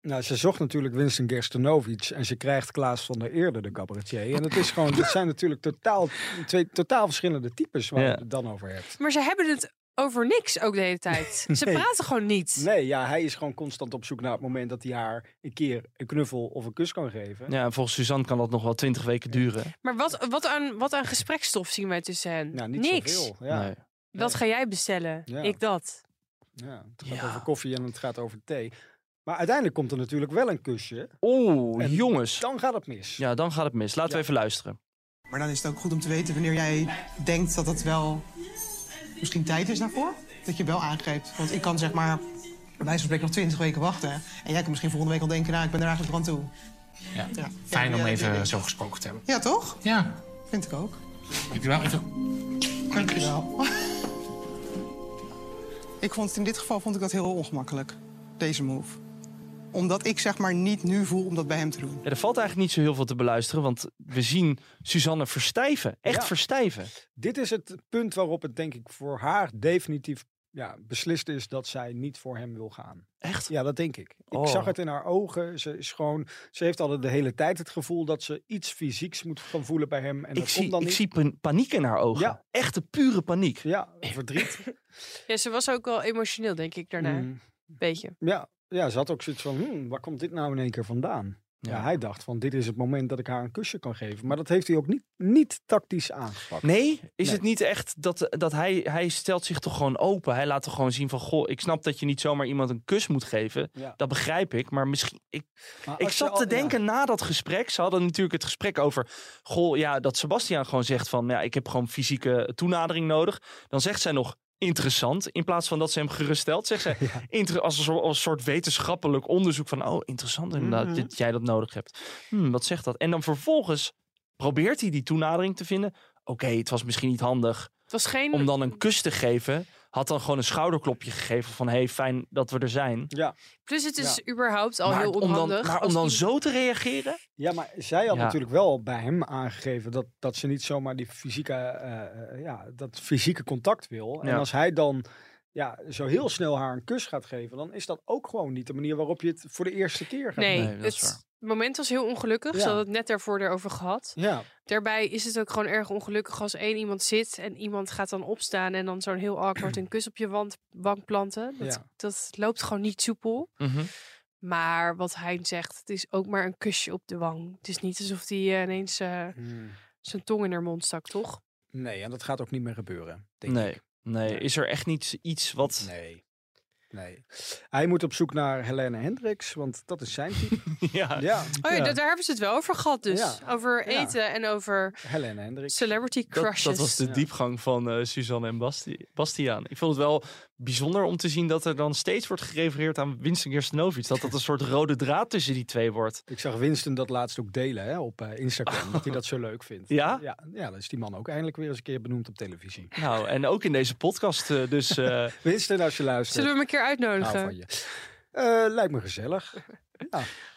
Speaker 4: Nou, ze zocht natuurlijk Winston Gerstenovic en ze krijgt Klaas van der Eerde, de cabaretier. En het is gewoon, dat zijn natuurlijk totaal, twee totaal verschillende types waar
Speaker 3: Ja.
Speaker 4: je het dan over hebt.
Speaker 5: Maar ze hebben het over niks ook de hele
Speaker 4: <laughs>
Speaker 5: tijd. Ze
Speaker 4: Nee.
Speaker 5: praten gewoon niet.
Speaker 4: Nee, ja, hij is gewoon constant op zoek naar het moment dat hij haar een keer een knuffel of een kus kan geven.
Speaker 3: Ja, en volgens Suzanne kan dat nog wel twintig weken duren.
Speaker 5: Maar wat, wat, aan, wat aan gesprekstof zien wij tussen hen?
Speaker 4: Nou, niet
Speaker 5: niks.
Speaker 4: zoveel. Ja,
Speaker 3: Nee.
Speaker 5: Wat ga jij bestellen?
Speaker 4: Ja.
Speaker 5: Ik dat.
Speaker 4: ja. Het gaat
Speaker 3: Ja.
Speaker 4: over koffie en het gaat over thee. Maar uiteindelijk komt er natuurlijk wel een kusje.
Speaker 3: Oeh,
Speaker 4: En
Speaker 3: jongens.
Speaker 4: Dan gaat het mis.
Speaker 3: Ja, dan gaat het mis. Laten we even luisteren.
Speaker 9: Maar dan is het ook goed om te weten wanneer jij denkt dat het wel misschien tijd is daarvoor. Dat je wel aangrijpt. Want ik kan zeg maar bij wijze van spreken nog twintig weken wachten. En jij kan misschien volgende week al denken, nou ik ben er eigenlijk aan toe.
Speaker 10: Ja.
Speaker 9: Ja.
Speaker 10: Fijn
Speaker 9: Ja,
Speaker 10: om
Speaker 9: ja,
Speaker 10: even
Speaker 9: natuurlijk.
Speaker 10: zo gesproken te hebben.
Speaker 9: Ja toch?
Speaker 10: Ja,
Speaker 9: Vind ik ook.
Speaker 10: heb je wel even... <laughs>
Speaker 9: Dankjewel. Ik vond het in dit geval vond ik dat heel ongemakkelijk. Deze move. Omdat ik zeg maar niet nu voel om dat bij hem te doen.
Speaker 3: Ja, er valt eigenlijk niet zo heel veel te beluisteren, want we zien Suzanne verstijven. Echt
Speaker 4: Ja.
Speaker 3: verstijven.
Speaker 4: Dit is het punt waarop het denk ik voor haar definitief ja, beslist is dat zij niet voor hem wil gaan.
Speaker 3: Echt?
Speaker 4: Ja, dat denk ik.
Speaker 3: Oh.
Speaker 4: Ik zag het in haar ogen. Ze, is gewoon, ze heeft al de hele tijd het gevoel dat ze iets fysieks moet gaan voelen bij hem. En
Speaker 3: Ik
Speaker 4: dat komt
Speaker 3: zie,
Speaker 4: dan
Speaker 3: ik
Speaker 4: niet.
Speaker 3: zie pan- paniek in haar ogen.
Speaker 4: Ja.
Speaker 3: Echte pure paniek.
Speaker 4: Ja,
Speaker 3: <laughs>
Speaker 4: verdriet.
Speaker 5: Ja, ze was ook wel emotioneel, denk ik, daarna.
Speaker 4: Mm.
Speaker 5: Beetje.
Speaker 4: Ja, ja, ze had ook zoiets van, hmm, waar komt dit nou in één keer vandaan? Ja.
Speaker 3: Ja.
Speaker 4: hij dacht van, dit is het moment dat ik haar een kusje kan geven. Maar dat heeft hij ook niet, niet tactisch aangepakt.
Speaker 3: Nee, is
Speaker 4: Nee.
Speaker 3: het niet echt dat, dat hij, hij stelt zich toch gewoon open. Hij laat toch gewoon zien van, goh, ik snap dat je niet zomaar iemand een kus moet geven.
Speaker 4: Ja.
Speaker 3: Dat begrijp ik, maar misschien... Ik,
Speaker 4: Maar
Speaker 3: ik
Speaker 4: als je
Speaker 3: zat
Speaker 4: al-
Speaker 3: te
Speaker 4: ja.
Speaker 3: denken na dat gesprek, ze hadden natuurlijk het gesprek over, goh, ja, dat Sebastian gewoon zegt van, ja, ik heb gewoon fysieke toenadering nodig. Dan zegt zij nog, interessant, in plaats van dat ze hem geruststelt, zegt zij, inter- als, een soort, als een soort wetenschappelijk onderzoek van, oh, interessant inderdaad
Speaker 9: Mhm.
Speaker 3: dat jij dat nodig hebt. Hmm, wat zegt dat? En dan vervolgens probeert hij die toenadering te vinden. Oké, het was misschien niet handig
Speaker 5: Het was geen...
Speaker 3: om dan een kus te geven. Had dan gewoon een schouderklopje gegeven van, hey, fijn dat we er zijn.
Speaker 4: Ja.
Speaker 5: Plus het is
Speaker 4: Ja.
Speaker 5: überhaupt al
Speaker 3: maar
Speaker 5: heel
Speaker 3: om dan,
Speaker 5: onhandig.
Speaker 3: maar om
Speaker 5: als
Speaker 3: dan
Speaker 5: die-
Speaker 3: zo te reageren?
Speaker 4: ja, maar zij had
Speaker 3: Ja.
Speaker 4: natuurlijk wel bij hem aangegeven dat, dat ze niet zomaar die fysieke, eh, eh, ja, dat fysieke contact wil. En
Speaker 3: Ja.
Speaker 4: als hij dan ja, zo heel snel haar een kus gaat geven, dan is dat ook gewoon niet de manier waarop je het voor de eerste keer gaat
Speaker 5: Nee,
Speaker 3: Nee, dat is
Speaker 5: het moment was heel ongelukkig. Ze
Speaker 4: Ja.
Speaker 5: hadden het net daarvoor erover gehad.
Speaker 4: doen. Ja,
Speaker 5: Daarbij is het ook gewoon erg ongelukkig als één iemand zit en iemand gaat dan opstaan en dan zo'n heel awkward een kus op je wand, bank planten. Dat,
Speaker 4: Ja.
Speaker 5: dat loopt gewoon niet soepel. Maar wat hij zegt, het is ook maar een kusje op de wang. Het is niet alsof hij eh, ineens eh,
Speaker 4: Hmm.
Speaker 5: zijn tong in haar mond stak, toch?
Speaker 4: nee, en dat gaat ook niet meer gebeuren. Denk
Speaker 3: Nee.
Speaker 4: ik.
Speaker 3: Nee, is er echt niet iets wat...
Speaker 4: Nee. Nee. Hij moet op zoek naar Helene Hendricks, want dat is zijn
Speaker 3: <laughs>
Speaker 4: type.
Speaker 3: ja.
Speaker 4: ja,
Speaker 5: Oh ja,
Speaker 3: Ja.
Speaker 5: da- daar hebben ze het wel over gehad dus.
Speaker 4: Ja.
Speaker 5: Over
Speaker 4: Ja.
Speaker 5: eten en over
Speaker 4: Helene Hendricks.
Speaker 5: celebrity
Speaker 3: Dat,
Speaker 5: crushes.
Speaker 3: dat was de
Speaker 4: Ja.
Speaker 3: diepgang van eh, Suzanne en Basti- Bastiaan. Ik vond het wel bijzonder om te zien dat er dan steeds wordt gerefereerd aan Winston Gerstenovic. Dat dat een soort rode draad tussen die twee wordt.
Speaker 4: Ik zag Winston dat laatst ook delen hè, op eh,
Speaker 3: <laughs>
Speaker 4: Instagram, dat hij dat zo leuk vindt.
Speaker 3: Ja?
Speaker 4: ja? Ja, dan is die man ook eindelijk weer eens een keer benoemd op televisie.
Speaker 3: Nou, en ook in deze podcast. eh, dus
Speaker 4: <laughs>
Speaker 3: eh,
Speaker 4: Winston, als je luistert,
Speaker 5: Zullen we hem een keer
Speaker 4: ik
Speaker 3: Nou,
Speaker 5: uitnodigen?
Speaker 4: hou van je. Eh, lijkt me gezellig.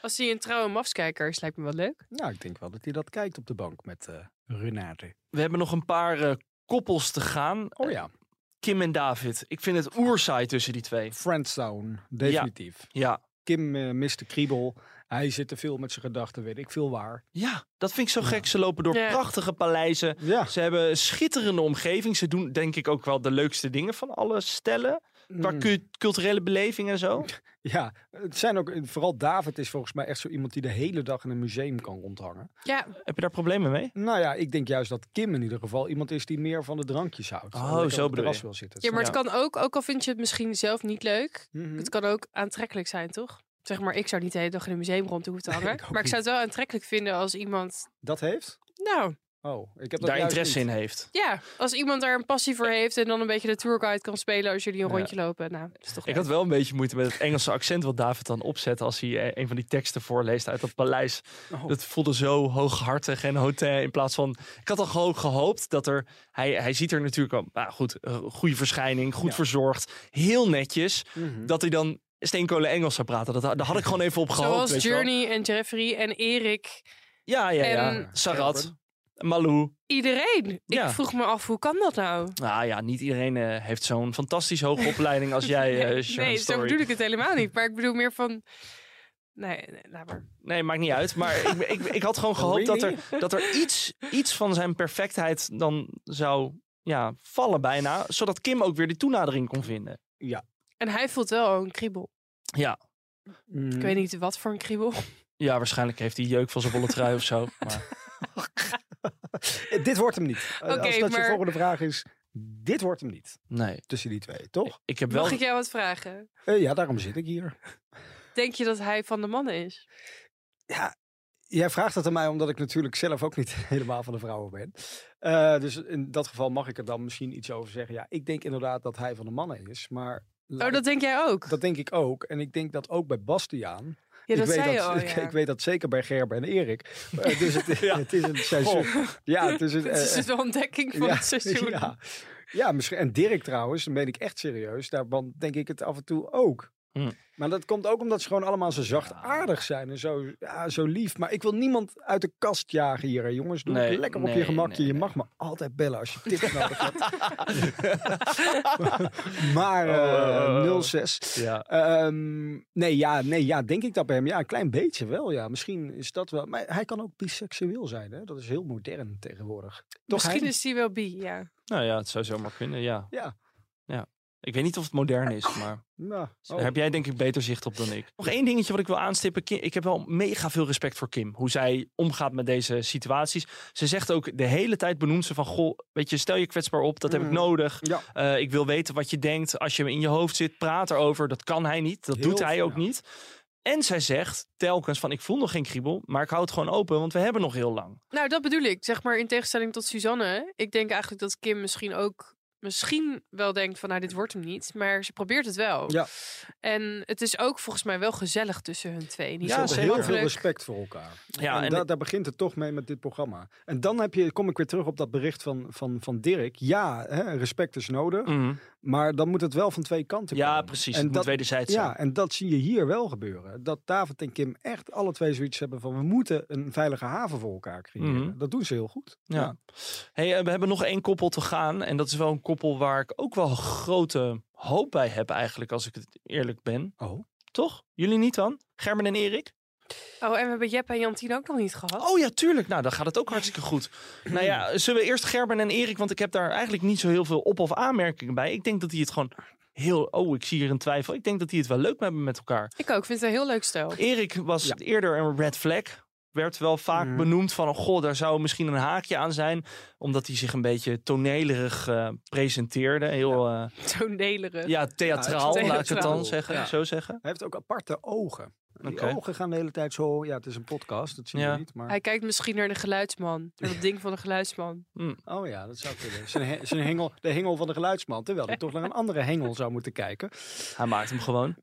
Speaker 5: Als hij een trouwe mafskijker is, lijkt me wel leuk.
Speaker 4: Nou, ik denk wel dat hij dat kijkt op de bank met eh, Renate.
Speaker 3: we hebben nog een paar eh, koppels te gaan.
Speaker 4: Oh ja,
Speaker 3: Kim en David. Ik vind het oerzaai tussen die twee.
Speaker 4: Friendstown, definitief.
Speaker 3: Ja.
Speaker 4: Kim eh miste kriebel, hij zit te veel met zijn gedachten, weet ik veel waar.
Speaker 3: Ja, dat vind ik zo gek. Ze lopen door
Speaker 5: Ja.
Speaker 3: prachtige paleizen.
Speaker 4: Ja,
Speaker 3: Ze hebben een schitterende omgeving. Ze doen denk ik ook wel de leukste dingen van alle stellen. Qua
Speaker 4: Mm.
Speaker 3: cu- culturele beleving en <laughs> zo.
Speaker 4: Ja, het zijn ook, eh, vooral David is volgens mij echt zo iemand die de hele dag in een museum kan rondhangen.
Speaker 5: Ja,
Speaker 3: Heb je daar problemen mee?
Speaker 4: Nou ja, ik denk juist dat Kim in ieder geval iemand is die meer van de drankjes houdt.
Speaker 3: Oh,
Speaker 4: En lekker
Speaker 3: zo
Speaker 4: op het
Speaker 3: bedoel
Speaker 4: terras
Speaker 3: je.
Speaker 4: wil zitten.
Speaker 5: ja maar het
Speaker 3: Ja.
Speaker 5: kan ook, ook al vind je het misschien zelf niet leuk,
Speaker 4: Mhm.
Speaker 5: het kan ook aantrekkelijk zijn, toch? Zeg maar, ik zou niet de hele dag in een museum
Speaker 3: <laughs>
Speaker 5: rond hoeven te hangen.
Speaker 4: ik ook
Speaker 5: maar ik zou het wel aantrekkelijk vinden als iemand...
Speaker 4: Dat heeft?
Speaker 5: Nou,
Speaker 4: Oh, ik heb dat
Speaker 3: Daar
Speaker 4: juist
Speaker 3: interesse
Speaker 4: niet.
Speaker 3: in heeft.
Speaker 5: ja. Als iemand daar een passie voor heeft en dan een beetje de tourguide kan spelen als jullie een
Speaker 3: Ja.
Speaker 5: rondje lopen. Nou, dat is toch
Speaker 3: Ik
Speaker 5: leuk.
Speaker 3: had wel een beetje moeite met het Engelse accent wat David dan opzet als hij eh, een van die teksten voorleest uit dat paleis.
Speaker 4: Oh.
Speaker 3: Dat voelde zo hooghartig en hotel in plaats van... Ik had al gewoon gehoopt dat er... Hij, hij ziet er natuurlijk al, nou goed, eh, goede verschijning, goed
Speaker 4: Ja.
Speaker 3: verzorgd, heel netjes.
Speaker 4: Mhm.
Speaker 3: Dat hij dan steenkolen Engels zou praten. Dat, daar had ik gewoon even op gehoopt.
Speaker 5: Zoals
Speaker 3: weet je wel.
Speaker 5: Journey en Jeffrey en Erik.
Speaker 3: Ja, ja, ja.
Speaker 5: en-
Speaker 3: Sarat, Malou.
Speaker 5: Iedereen. Ik
Speaker 3: Ja.
Speaker 5: vroeg me af, hoe kan dat nou?
Speaker 3: Nou ja, niet iedereen eh, heeft zo'n fantastisch
Speaker 5: <laughs>
Speaker 3: hoge opleiding als jij, eh
Speaker 5: nee,
Speaker 3: Sharon
Speaker 5: nee, zo
Speaker 3: Story.
Speaker 5: bedoel ik het helemaal niet. Maar ik bedoel meer van... Nee, nee laat maar.
Speaker 3: Nee, maakt niet uit. Maar ik, ik, ik had gewoon gehoopt dat er, dat er iets, iets van zijn perfectheid dan zou ja, vallen bijna. Zodat Kim ook weer die toenadering kon vinden.
Speaker 5: En hij voelt wel een kriebel.
Speaker 3: Ja,
Speaker 4: Mm.
Speaker 5: Ik weet niet wat voor een kriebel.
Speaker 3: ja waarschijnlijk heeft hij jeuk van zijn wollen trui of zo. Maar
Speaker 4: Eh, Dit wordt hem niet. Eh,
Speaker 5: Oké,
Speaker 4: Als dat
Speaker 5: maar-
Speaker 4: je volgende vraag is, dit wordt hem niet.
Speaker 3: nee,
Speaker 4: Tussen die twee, toch?
Speaker 3: ik heb wel...
Speaker 5: Oh, Mag ik jou wat vragen?
Speaker 4: Eh, ja, daarom zit ik hier.
Speaker 5: Denk je dat hij van de mannen is?
Speaker 4: Jij vraagt het aan mij omdat ik natuurlijk zelf ook niet <laughs> helemaal van de vrouwen ben. Eh, dus in dat geval mag ik er dan misschien iets over zeggen. Ja, ik denk inderdaad dat hij van de mannen is, maar... laat
Speaker 5: Oh,
Speaker 4: Nou, ik-
Speaker 5: dat denk jij ook?
Speaker 4: dat denk ik ook. En ik denk dat ook bij Bastiaan.
Speaker 5: ja, dat
Speaker 4: ik, weet
Speaker 5: zei je
Speaker 4: dat, <laughs>
Speaker 5: al,
Speaker 4: ik,
Speaker 5: ja.
Speaker 4: ik weet dat zeker bij Gerben en Erik. Eh, het, is
Speaker 5: <laughs>
Speaker 4: het, het is een seizoen. Ja, het is een,
Speaker 5: Oh. Het
Speaker 4: eh,
Speaker 5: is dus de ontdekking van het seizoen.
Speaker 4: <laughs> Ja. Ja, misschien. En Dirk trouwens, dan ben ik echt serieus. Daarvan denk ik het af en toe ook.
Speaker 3: Hm.
Speaker 4: Maar dat komt ook omdat ze gewoon allemaal zo zachtaardig zijn en zo, ja, zo lief. Maar ik wil niemand uit de kast jagen hier, hè, jongens. Doe
Speaker 3: Nee,
Speaker 4: het lekker op
Speaker 3: nee,
Speaker 4: je gemakje.
Speaker 3: nee,
Speaker 4: je
Speaker 3: nee.
Speaker 4: mag me altijd bellen als je
Speaker 3: <laughs>
Speaker 4: tips nodig hebt. maar
Speaker 3: Oh, oh,
Speaker 4: eh
Speaker 3: oh.
Speaker 4: 06.
Speaker 3: Ja.
Speaker 4: Ehm, nee, ja, nee, ja, denk ik dat bij hem. Ja, een klein beetje wel. Ja. Misschien is dat wel. Maar hij kan ook biseksueel zijn. Hè? Dat is heel modern tegenwoordig. Toch
Speaker 5: Misschien
Speaker 4: Hein?
Speaker 5: is hij wel bi, ja.
Speaker 3: Nou ja, het zou zomaar kunnen, ja.
Speaker 4: Ja.
Speaker 3: ja. Ik weet niet of het modern
Speaker 5: Ah.
Speaker 3: is, maar...
Speaker 4: Nou,
Speaker 3: Daar
Speaker 4: oh.
Speaker 3: heb jij denk ik beter zicht op dan ik. Nog één dingetje wat ik wil aanstippen. Ki- ik heb wel mega veel respect voor Kim. Hoe zij omgaat met deze situaties. Ze zegt ook de hele tijd benoemt ze van... Goh, weet je, stel je kwetsbaar op. Dat heb ik
Speaker 4: Mm.
Speaker 3: nodig.
Speaker 4: Ja.
Speaker 3: Eh, ik wil weten wat je denkt. Als je in je hoofd zit, praat erover. Dat kan hij niet. Dat
Speaker 4: Heel
Speaker 3: doet hij
Speaker 4: veel,
Speaker 3: ook
Speaker 4: ja.
Speaker 3: niet. En zij zegt telkens van... Ik voel nog geen kriebel, maar ik hou het gewoon open. Want we hebben nog heel lang.
Speaker 5: Nou, dat bedoel ik. Zeg maar in tegenstelling tot Suzanne. Ik denk eigenlijk dat Kim misschien ook... Misschien wel denkt van, nou, dit wordt hem niet. Maar ze probeert het
Speaker 3: Oh.
Speaker 5: wel.
Speaker 4: Ja.
Speaker 5: En het is ook volgens mij wel gezellig tussen hun twee. Niet
Speaker 4: Ze
Speaker 5: zo
Speaker 4: hebben heel veel
Speaker 5: ongemakkelijk.
Speaker 4: respect voor elkaar.
Speaker 3: Ja,
Speaker 4: en
Speaker 3: en-
Speaker 4: da- daar begint het toch mee met dit programma. En dan heb je, kom ik weer terug op dat bericht van, van, van Dirk. Ja, hè, respect is nodig. Maar dan moet het wel van twee kanten
Speaker 3: Mm. Mhm. Ja,
Speaker 4: komen.
Speaker 3: precies.
Speaker 4: En
Speaker 3: het moet
Speaker 4: dat-
Speaker 3: wederzijds zijn.
Speaker 4: Ja, en dat zie je hier wel gebeuren. Dat David en Kim echt alle twee zoiets hebben van... we moeten een veilige haven voor elkaar creëren.
Speaker 3: Mhm.
Speaker 4: Dat doen ze heel goed.
Speaker 3: Ja. Hey, eh, we hebben nog één koppel te gaan. En dat is wel een koppel waar ik ook wel grote hoop bij heb eigenlijk, als ik het eerlijk ben.
Speaker 4: Oh.
Speaker 3: Toch? Jullie niet dan? Gerben en Erik?
Speaker 5: Oh, en we hebben Jep en Jantien ook nog niet gehad.
Speaker 3: Oh ja, tuurlijk. Nou, dan gaat het ook hartstikke goed. <clears throat> Nou ja, zullen we eerst Gerben en Erik? Want ik heb daar eigenlijk niet zo heel veel op- of aanmerkingen bij. Ik denk dat die het gewoon heel... Oh, ik zie hier een twijfel. Ik denk dat die het wel leuk hebben met elkaar.
Speaker 5: Ik ook. vind het een heel leuk stel.
Speaker 3: Erik was
Speaker 4: Ja.
Speaker 3: eerder een red flag. Werd wel vaak
Speaker 4: Mhm.
Speaker 3: benoemd van, oh, goh, daar zou misschien een haakje aan zijn. Omdat hij zich een beetje tonelerig eh, presenteerde. Heel ja,
Speaker 5: Tonelerig.
Speaker 3: ja, theatraal,
Speaker 5: Ja,
Speaker 3: laat ik het dan
Speaker 5: theatraal.
Speaker 3: zeggen,
Speaker 4: Ja.
Speaker 3: zo zeggen.
Speaker 4: Hij heeft ook aparte ogen. Die
Speaker 3: Oké.
Speaker 4: ogen gaan de hele tijd zo... Ja, het is een podcast, dat zie
Speaker 3: Ja.
Speaker 4: je niet. Maar,
Speaker 5: Hij kijkt misschien naar de geluidsman. Naar dat ding van de geluidsman.
Speaker 4: oh ja, dat zou kunnen. Zijn, he- zijn hengel, de hengel van de geluidsman. Terwijl hij toch naar een andere hengel zou moeten kijken.
Speaker 3: Hij maakt hem gewoon.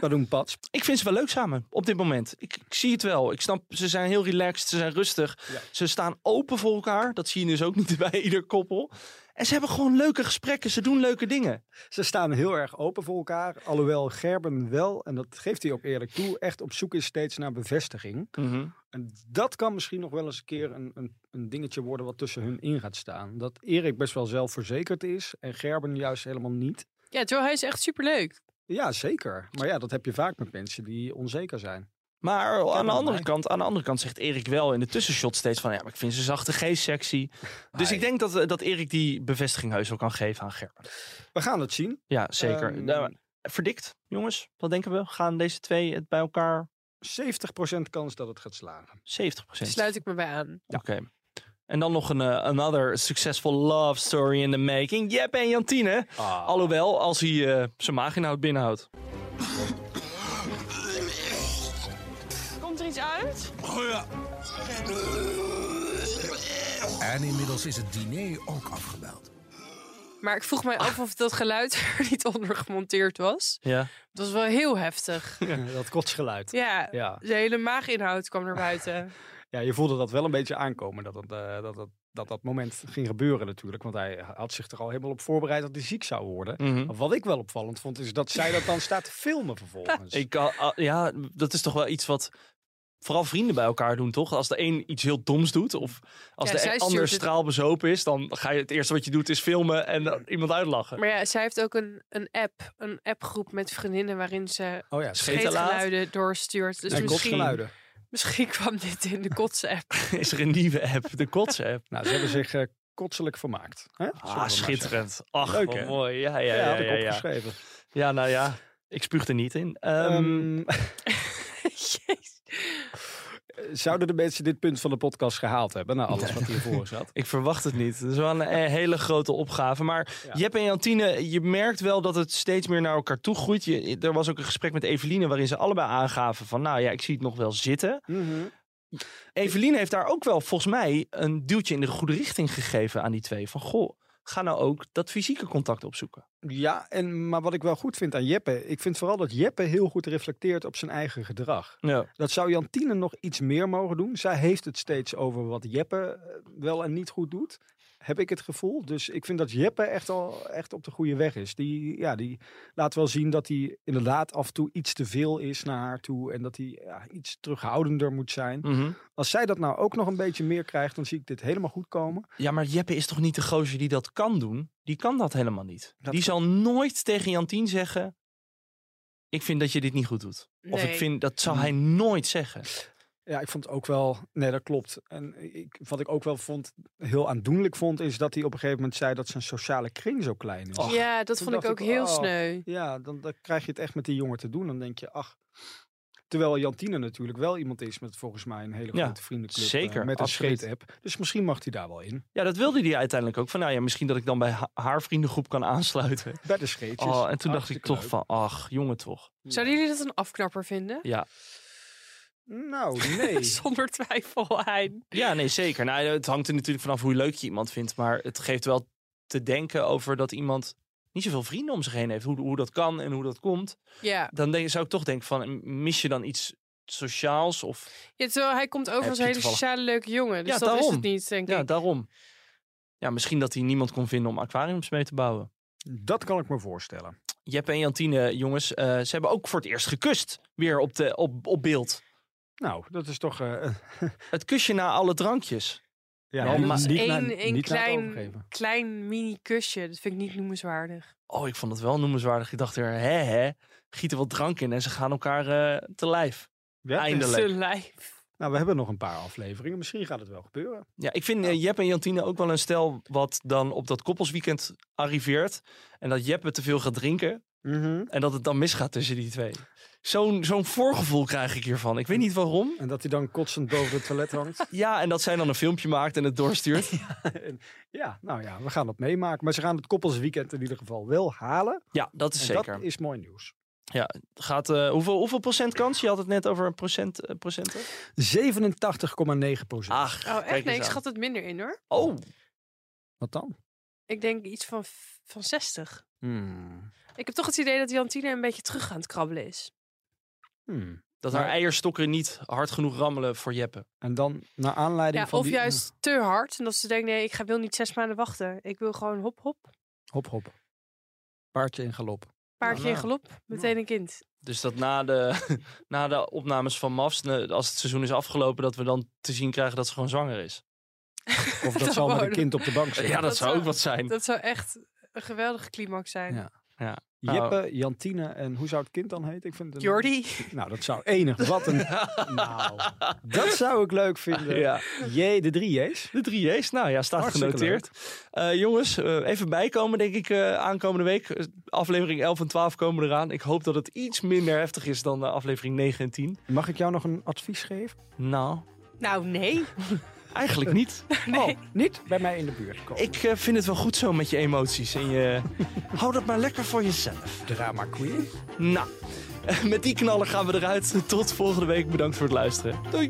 Speaker 4: Dat doen Pats.
Speaker 3: Ik vind ze wel leuk samen, op dit moment. Ik, ik zie het wel. Ik snap, ze zijn heel relaxed, ze zijn rustig.
Speaker 4: Ja.
Speaker 3: Ze staan open voor elkaar. Dat zie je dus ook niet <laughs> bij ieder koppel. En ze hebben gewoon leuke gesprekken. Ze doen leuke dingen.
Speaker 4: Ze staan heel erg open voor elkaar. Alhoewel Gerben wel, en dat geeft hij ook eerlijk toe... echt op zoek is steeds naar bevestiging. En dat kan misschien nog wel eens een keer een, een, een dingetje worden wat tussen hun in gaat staan. Dat Erik best wel zelfverzekerd is en Gerben juist helemaal niet.
Speaker 5: Ja, Joe, hij is echt superleuk.
Speaker 4: Ja, zeker. Maar ja, dat heb je vaak met mensen die onzeker zijn.
Speaker 3: Maar aan de,
Speaker 4: maar
Speaker 3: andere
Speaker 4: mij.
Speaker 3: kant, aan de andere kant zegt Erik wel in de tussenshot steeds van... ja, maar ik vind zijn zachte G sexy. Dus ik denk dat, eh, dat Erik die bevestiging heus wel kan geven aan Gerben.
Speaker 4: We gaan het zien.
Speaker 3: Ja, zeker.
Speaker 4: Ehm,
Speaker 3: Nou, verdikt, jongens. Wat denken we? Gaan deze twee het bij elkaar
Speaker 4: 70% kans dat het gaat slagen.
Speaker 3: 70
Speaker 5: Daar sluit ik me bij aan.
Speaker 3: Oké. En dan nog een eh, another successful love story in the making. Jep en Jantine. Alhoewel, als hij eh, zijn maaginhoud binnenhoudt.
Speaker 8: Komt er iets uit?
Speaker 1: En inmiddels is het diner ook afgebeld.
Speaker 5: Maar ik vroeg mij af of dat geluid <laughs> er niet onder gemonteerd was.
Speaker 3: Ja.
Speaker 5: Dat was wel heel heftig.
Speaker 4: <laughs> dat kotsgeluid.
Speaker 5: Ja,
Speaker 4: Ja.
Speaker 5: de hele maaginhoud kwam naar buiten.
Speaker 4: ja, je voelde dat wel een beetje aankomen. Dat het, eh, dat, dat, dat dat moment ging gebeuren natuurlijk. Want hij had zich er al helemaal op voorbereid dat hij ziek zou worden.
Speaker 3: Mhm.
Speaker 4: Maar Wat ik wel opvallend vond, is dat zij dat dan staat te filmen vervolgens.
Speaker 3: Ik, ah, ah, ja, dat is toch wel iets wat vooral vrienden bij elkaar doen, toch? Als de een iets heel doms doet of als
Speaker 5: Ja, zij
Speaker 3: de
Speaker 5: stuurt
Speaker 3: ander
Speaker 5: het-
Speaker 3: straalbezopen is... dan ga je het eerste wat je doet is filmen en dan iemand uitlachen.
Speaker 5: Maar ja, zij heeft ook een, een app, een appgroep met vriendinnen waarin ze
Speaker 4: oh ja,
Speaker 3: Scheet- Scheetgeluid.
Speaker 5: scheetgeluiden doorstuurt. Dus
Speaker 4: en
Speaker 5: misschien,
Speaker 4: kotsgeluiden.
Speaker 5: misschien kwam dit in de kotse app.
Speaker 3: Is er een nieuwe app, de kots-app?
Speaker 4: Nou, ze hebben zich eh, kotselijk vermaakt. Hè? Zullen we maar
Speaker 3: Ah, schitterend. Ach,
Speaker 4: Leuk,
Speaker 3: wat
Speaker 4: hè?
Speaker 3: mooi. Ja, ja,
Speaker 4: zeggen. Ja,
Speaker 3: ja,
Speaker 4: had ik
Speaker 3: ja, ja.
Speaker 4: opgeschreven.
Speaker 3: Ja, nou ja, ik spuug er niet in. Ehm,
Speaker 4: Ehm,
Speaker 5: Jezus.
Speaker 4: zouden de mensen dit punt van de podcast gehaald hebben? Nou, alles wat hiervoor zat.
Speaker 3: Ik verwacht het niet. Het is wel een eh, hele grote opgave. Maar
Speaker 4: Ja.
Speaker 3: Jep en Jantine, je merkt wel dat het steeds meer naar elkaar toe groeit. Je, er was ook een gesprek met Eveline waarin ze allebei aangaven van... nou ja, ik zie het nog wel zitten. Eveline heeft daar ook wel volgens mij een duwtje in de goede richting gegeven aan die twee. Van goh, ga nou ook dat fysieke contact opzoeken.
Speaker 4: Ja, en, maar wat ik wel goed vind aan Jeppe... Ik vind vooral dat Jeppe heel goed reflecteert op zijn eigen gedrag.
Speaker 3: Ja.
Speaker 4: Dat zou Jantine nog iets meer mogen doen. Zij heeft het steeds over wat Jeppe eh, wel en niet goed doet. Heb ik het gevoel. Dus ik vind dat Jeppe echt al echt op de goede weg is. Die, ja, die laat wel zien dat hij inderdaad af en toe iets te veel is naar haar toe. En dat hij ja, iets terughoudender moet zijn. Als zij dat nou ook nog een beetje meer krijgt, dan zie ik dit helemaal goed komen.
Speaker 3: ja, maar Jeppe is toch niet de gozer die dat kan doen? Die kan dat helemaal niet.
Speaker 4: Dat-
Speaker 3: Die zal nooit tegen Jantine zeggen... ik vind dat je dit niet goed doet. Of ik
Speaker 5: Nee.
Speaker 3: vind, dat
Speaker 4: Mhm.
Speaker 3: zou hij nooit zeggen.
Speaker 4: Ja, ik vond het ook wel. Nee, dat klopt. En ik, wat ik ook wel vond, heel aandoenlijk vond, is dat hij op een gegeven moment zei dat zijn sociale kring zo klein is.
Speaker 5: ja, dat
Speaker 4: toen
Speaker 5: vond ik
Speaker 4: dacht
Speaker 5: ook
Speaker 4: ik,
Speaker 5: heel
Speaker 4: oh.
Speaker 5: sneu.
Speaker 4: Ja, dan, dan krijg je het echt met die jongen te doen. Dan denk je, ach. Terwijl Jantine natuurlijk wel iemand is met volgens mij een hele
Speaker 3: Ja,
Speaker 4: grote vriendenclub. eh,
Speaker 3: zeker,
Speaker 4: Met een
Speaker 3: absoluut.
Speaker 4: scheetapp. Dus misschien mag hij daar wel in.
Speaker 3: Ja, dat wilde hij uiteindelijk ook. Van nou ja, misschien dat ik dan bij ha- haar vriendengroep kan aansluiten.
Speaker 4: Bij de scheetjes.
Speaker 3: Oh, en toen dacht ik
Speaker 4: Hartstikke
Speaker 3: toch
Speaker 4: leuk.
Speaker 3: van, ach, jongen toch.
Speaker 5: Zouden jullie dat een afknapper vinden?
Speaker 3: Ja, <laughs>
Speaker 4: Nou, nee.
Speaker 5: <laughs> Zonder twijfel, Hein.
Speaker 3: ja nee, zeker. Nou, het hangt er natuurlijk vanaf hoe leuk je iemand vindt. Maar het geeft wel te denken over dat iemand niet zoveel vrienden om zich heen heeft. Hoe, hoe dat kan en hoe dat komt.
Speaker 5: Ja.
Speaker 3: Dan denk, zou ik toch denken van, mis je dan iets sociaals? Of,
Speaker 5: ja terwijl hij komt over
Speaker 3: Heb
Speaker 5: als
Speaker 3: je
Speaker 5: een hele
Speaker 3: toevallig-
Speaker 5: sociale leuke jongen. Dus
Speaker 3: Ja,
Speaker 5: dat is
Speaker 3: daarom.
Speaker 5: het niet, denk
Speaker 3: ja,
Speaker 5: ik.
Speaker 3: daarom. Ja, misschien dat hij niemand kon vinden om aquariums mee te bouwen.
Speaker 4: Dat kan ik me voorstellen.
Speaker 3: Jeppe en Jantine, jongens, eh, ze hebben ook voor het eerst gekust. Weer op, de, op, op beeld.
Speaker 4: Nou, dat is toch. eh,
Speaker 3: Het kusje na alle drankjes.
Speaker 4: ja,
Speaker 3: Nou,
Speaker 4: niet-
Speaker 3: maar-
Speaker 4: niet
Speaker 5: Eén
Speaker 4: na-
Speaker 5: één
Speaker 4: niet na het
Speaker 5: klein,
Speaker 4: overgeven.
Speaker 5: klein mini kusje. Dat vind ik niet noemenswaardig.
Speaker 3: Oh, ik vond het wel noemenswaardig. Ik dacht er, hè, hè, gieten wat drank in en ze gaan elkaar eh, te lijf.
Speaker 4: Ja?
Speaker 3: Eindelijk.
Speaker 5: Te lijf.
Speaker 4: Nou, we hebben nog een paar afleveringen. Misschien gaat het wel gebeuren.
Speaker 3: Ja, ik vind eh, Jep en Jantine ook wel een stel wat dan op dat koppelsweekend arriveert. En dat Jeppe te veel gaat drinken en dat het dan misgaat tussen die twee. Zo'n zo'n voorgevoel krijg ik hiervan. Ik weet niet waarom.
Speaker 4: En dat hij dan kotsend boven het toilet hangt.
Speaker 3: <laughs> Ja, en dat zij dan een filmpje maakt en het doorstuurt.
Speaker 4: ja, nou ja, we gaan dat meemaken. Maar ze gaan het koppelsweekend in ieder geval wel halen.
Speaker 3: <laughs> Ja, dat is
Speaker 4: En
Speaker 3: zeker.
Speaker 4: dat is mooi nieuws.
Speaker 3: Gaat, eh, hoeveel, hoeveel procent kans? Je had het net over een procent, eh, procenten.
Speaker 4: 87,9 procent.
Speaker 3: Ach,
Speaker 5: Oh, echt?
Speaker 3: kijk
Speaker 5: Nee, ik
Speaker 3: eens aan.
Speaker 5: schat het minder in, hoor.
Speaker 3: Oh,
Speaker 4: Wat dan?
Speaker 5: Ik denk iets van, f- van 60.
Speaker 3: Hmm.
Speaker 5: Ik heb toch het idee dat Jantine een beetje terug aan het krabbelen is.
Speaker 4: Hmm.
Speaker 3: dat haar
Speaker 4: Maar-
Speaker 3: eierstokken niet hard genoeg rammelen voor Jeppe.
Speaker 4: En dan naar aanleiding
Speaker 5: Ja,
Speaker 4: van
Speaker 5: of
Speaker 4: die... Hmm.
Speaker 5: juist te hard. En dat ze denkt, nee, ik ga, wil niet zes maanden wachten. Ik wil gewoon hop, hop,
Speaker 4: Hop, hop. Paardje in
Speaker 5: <laughs>
Speaker 4: galop.
Speaker 5: paardje in galop, meteen een kind.
Speaker 3: Dus dat na de, <laughs> na de opnames van Mavs, ne- als het seizoen is afgelopen, dat we dan te zien krijgen dat ze gewoon zwanger is.
Speaker 4: Of dat
Speaker 5: Dat
Speaker 4: zal met een
Speaker 5: gewoon.
Speaker 4: kind op de bank zitten.
Speaker 3: Ja, dat,
Speaker 5: dat
Speaker 3: zou
Speaker 5: zou-
Speaker 3: ook wat zijn.
Speaker 5: Dat zou echt een geweldige climax zijn.
Speaker 4: Ja.
Speaker 3: Nou,
Speaker 4: Jeppe, Jantine en hoe zou het kind dan heten? Ik vind het een-
Speaker 5: Jordi,
Speaker 4: Nou, dat zou enig. Wat een...
Speaker 3: <laughs>
Speaker 4: nou, dat zou ik leuk vinden.
Speaker 3: Ja.
Speaker 4: Jee, de drie J's.
Speaker 3: De drie J's, nou ja, staat
Speaker 4: Hartstikke
Speaker 3: genoteerd. Eh, jongens, eh, even bijkomen denk ik eh, aankomende week. Eh, Aflevering 11 en 12 komen eraan. Ik hoop dat het iets minder heftig is dan eh, aflevering 9 en 10.
Speaker 4: Mag ik jou nog een advies geven?
Speaker 3: Nou,
Speaker 5: nou nee.
Speaker 3: eigenlijk <laughs> niet.
Speaker 4: Oh, niet bij mij in de buurt komen.
Speaker 3: Ik eh, vind het wel goed zo met je emoties. En je... <laughs> Hou dat maar lekker voor jezelf.
Speaker 4: drama queen.
Speaker 3: <laughs> Nou, met die knallen gaan we eruit. Tot volgende week. Bedankt voor het luisteren. Doei!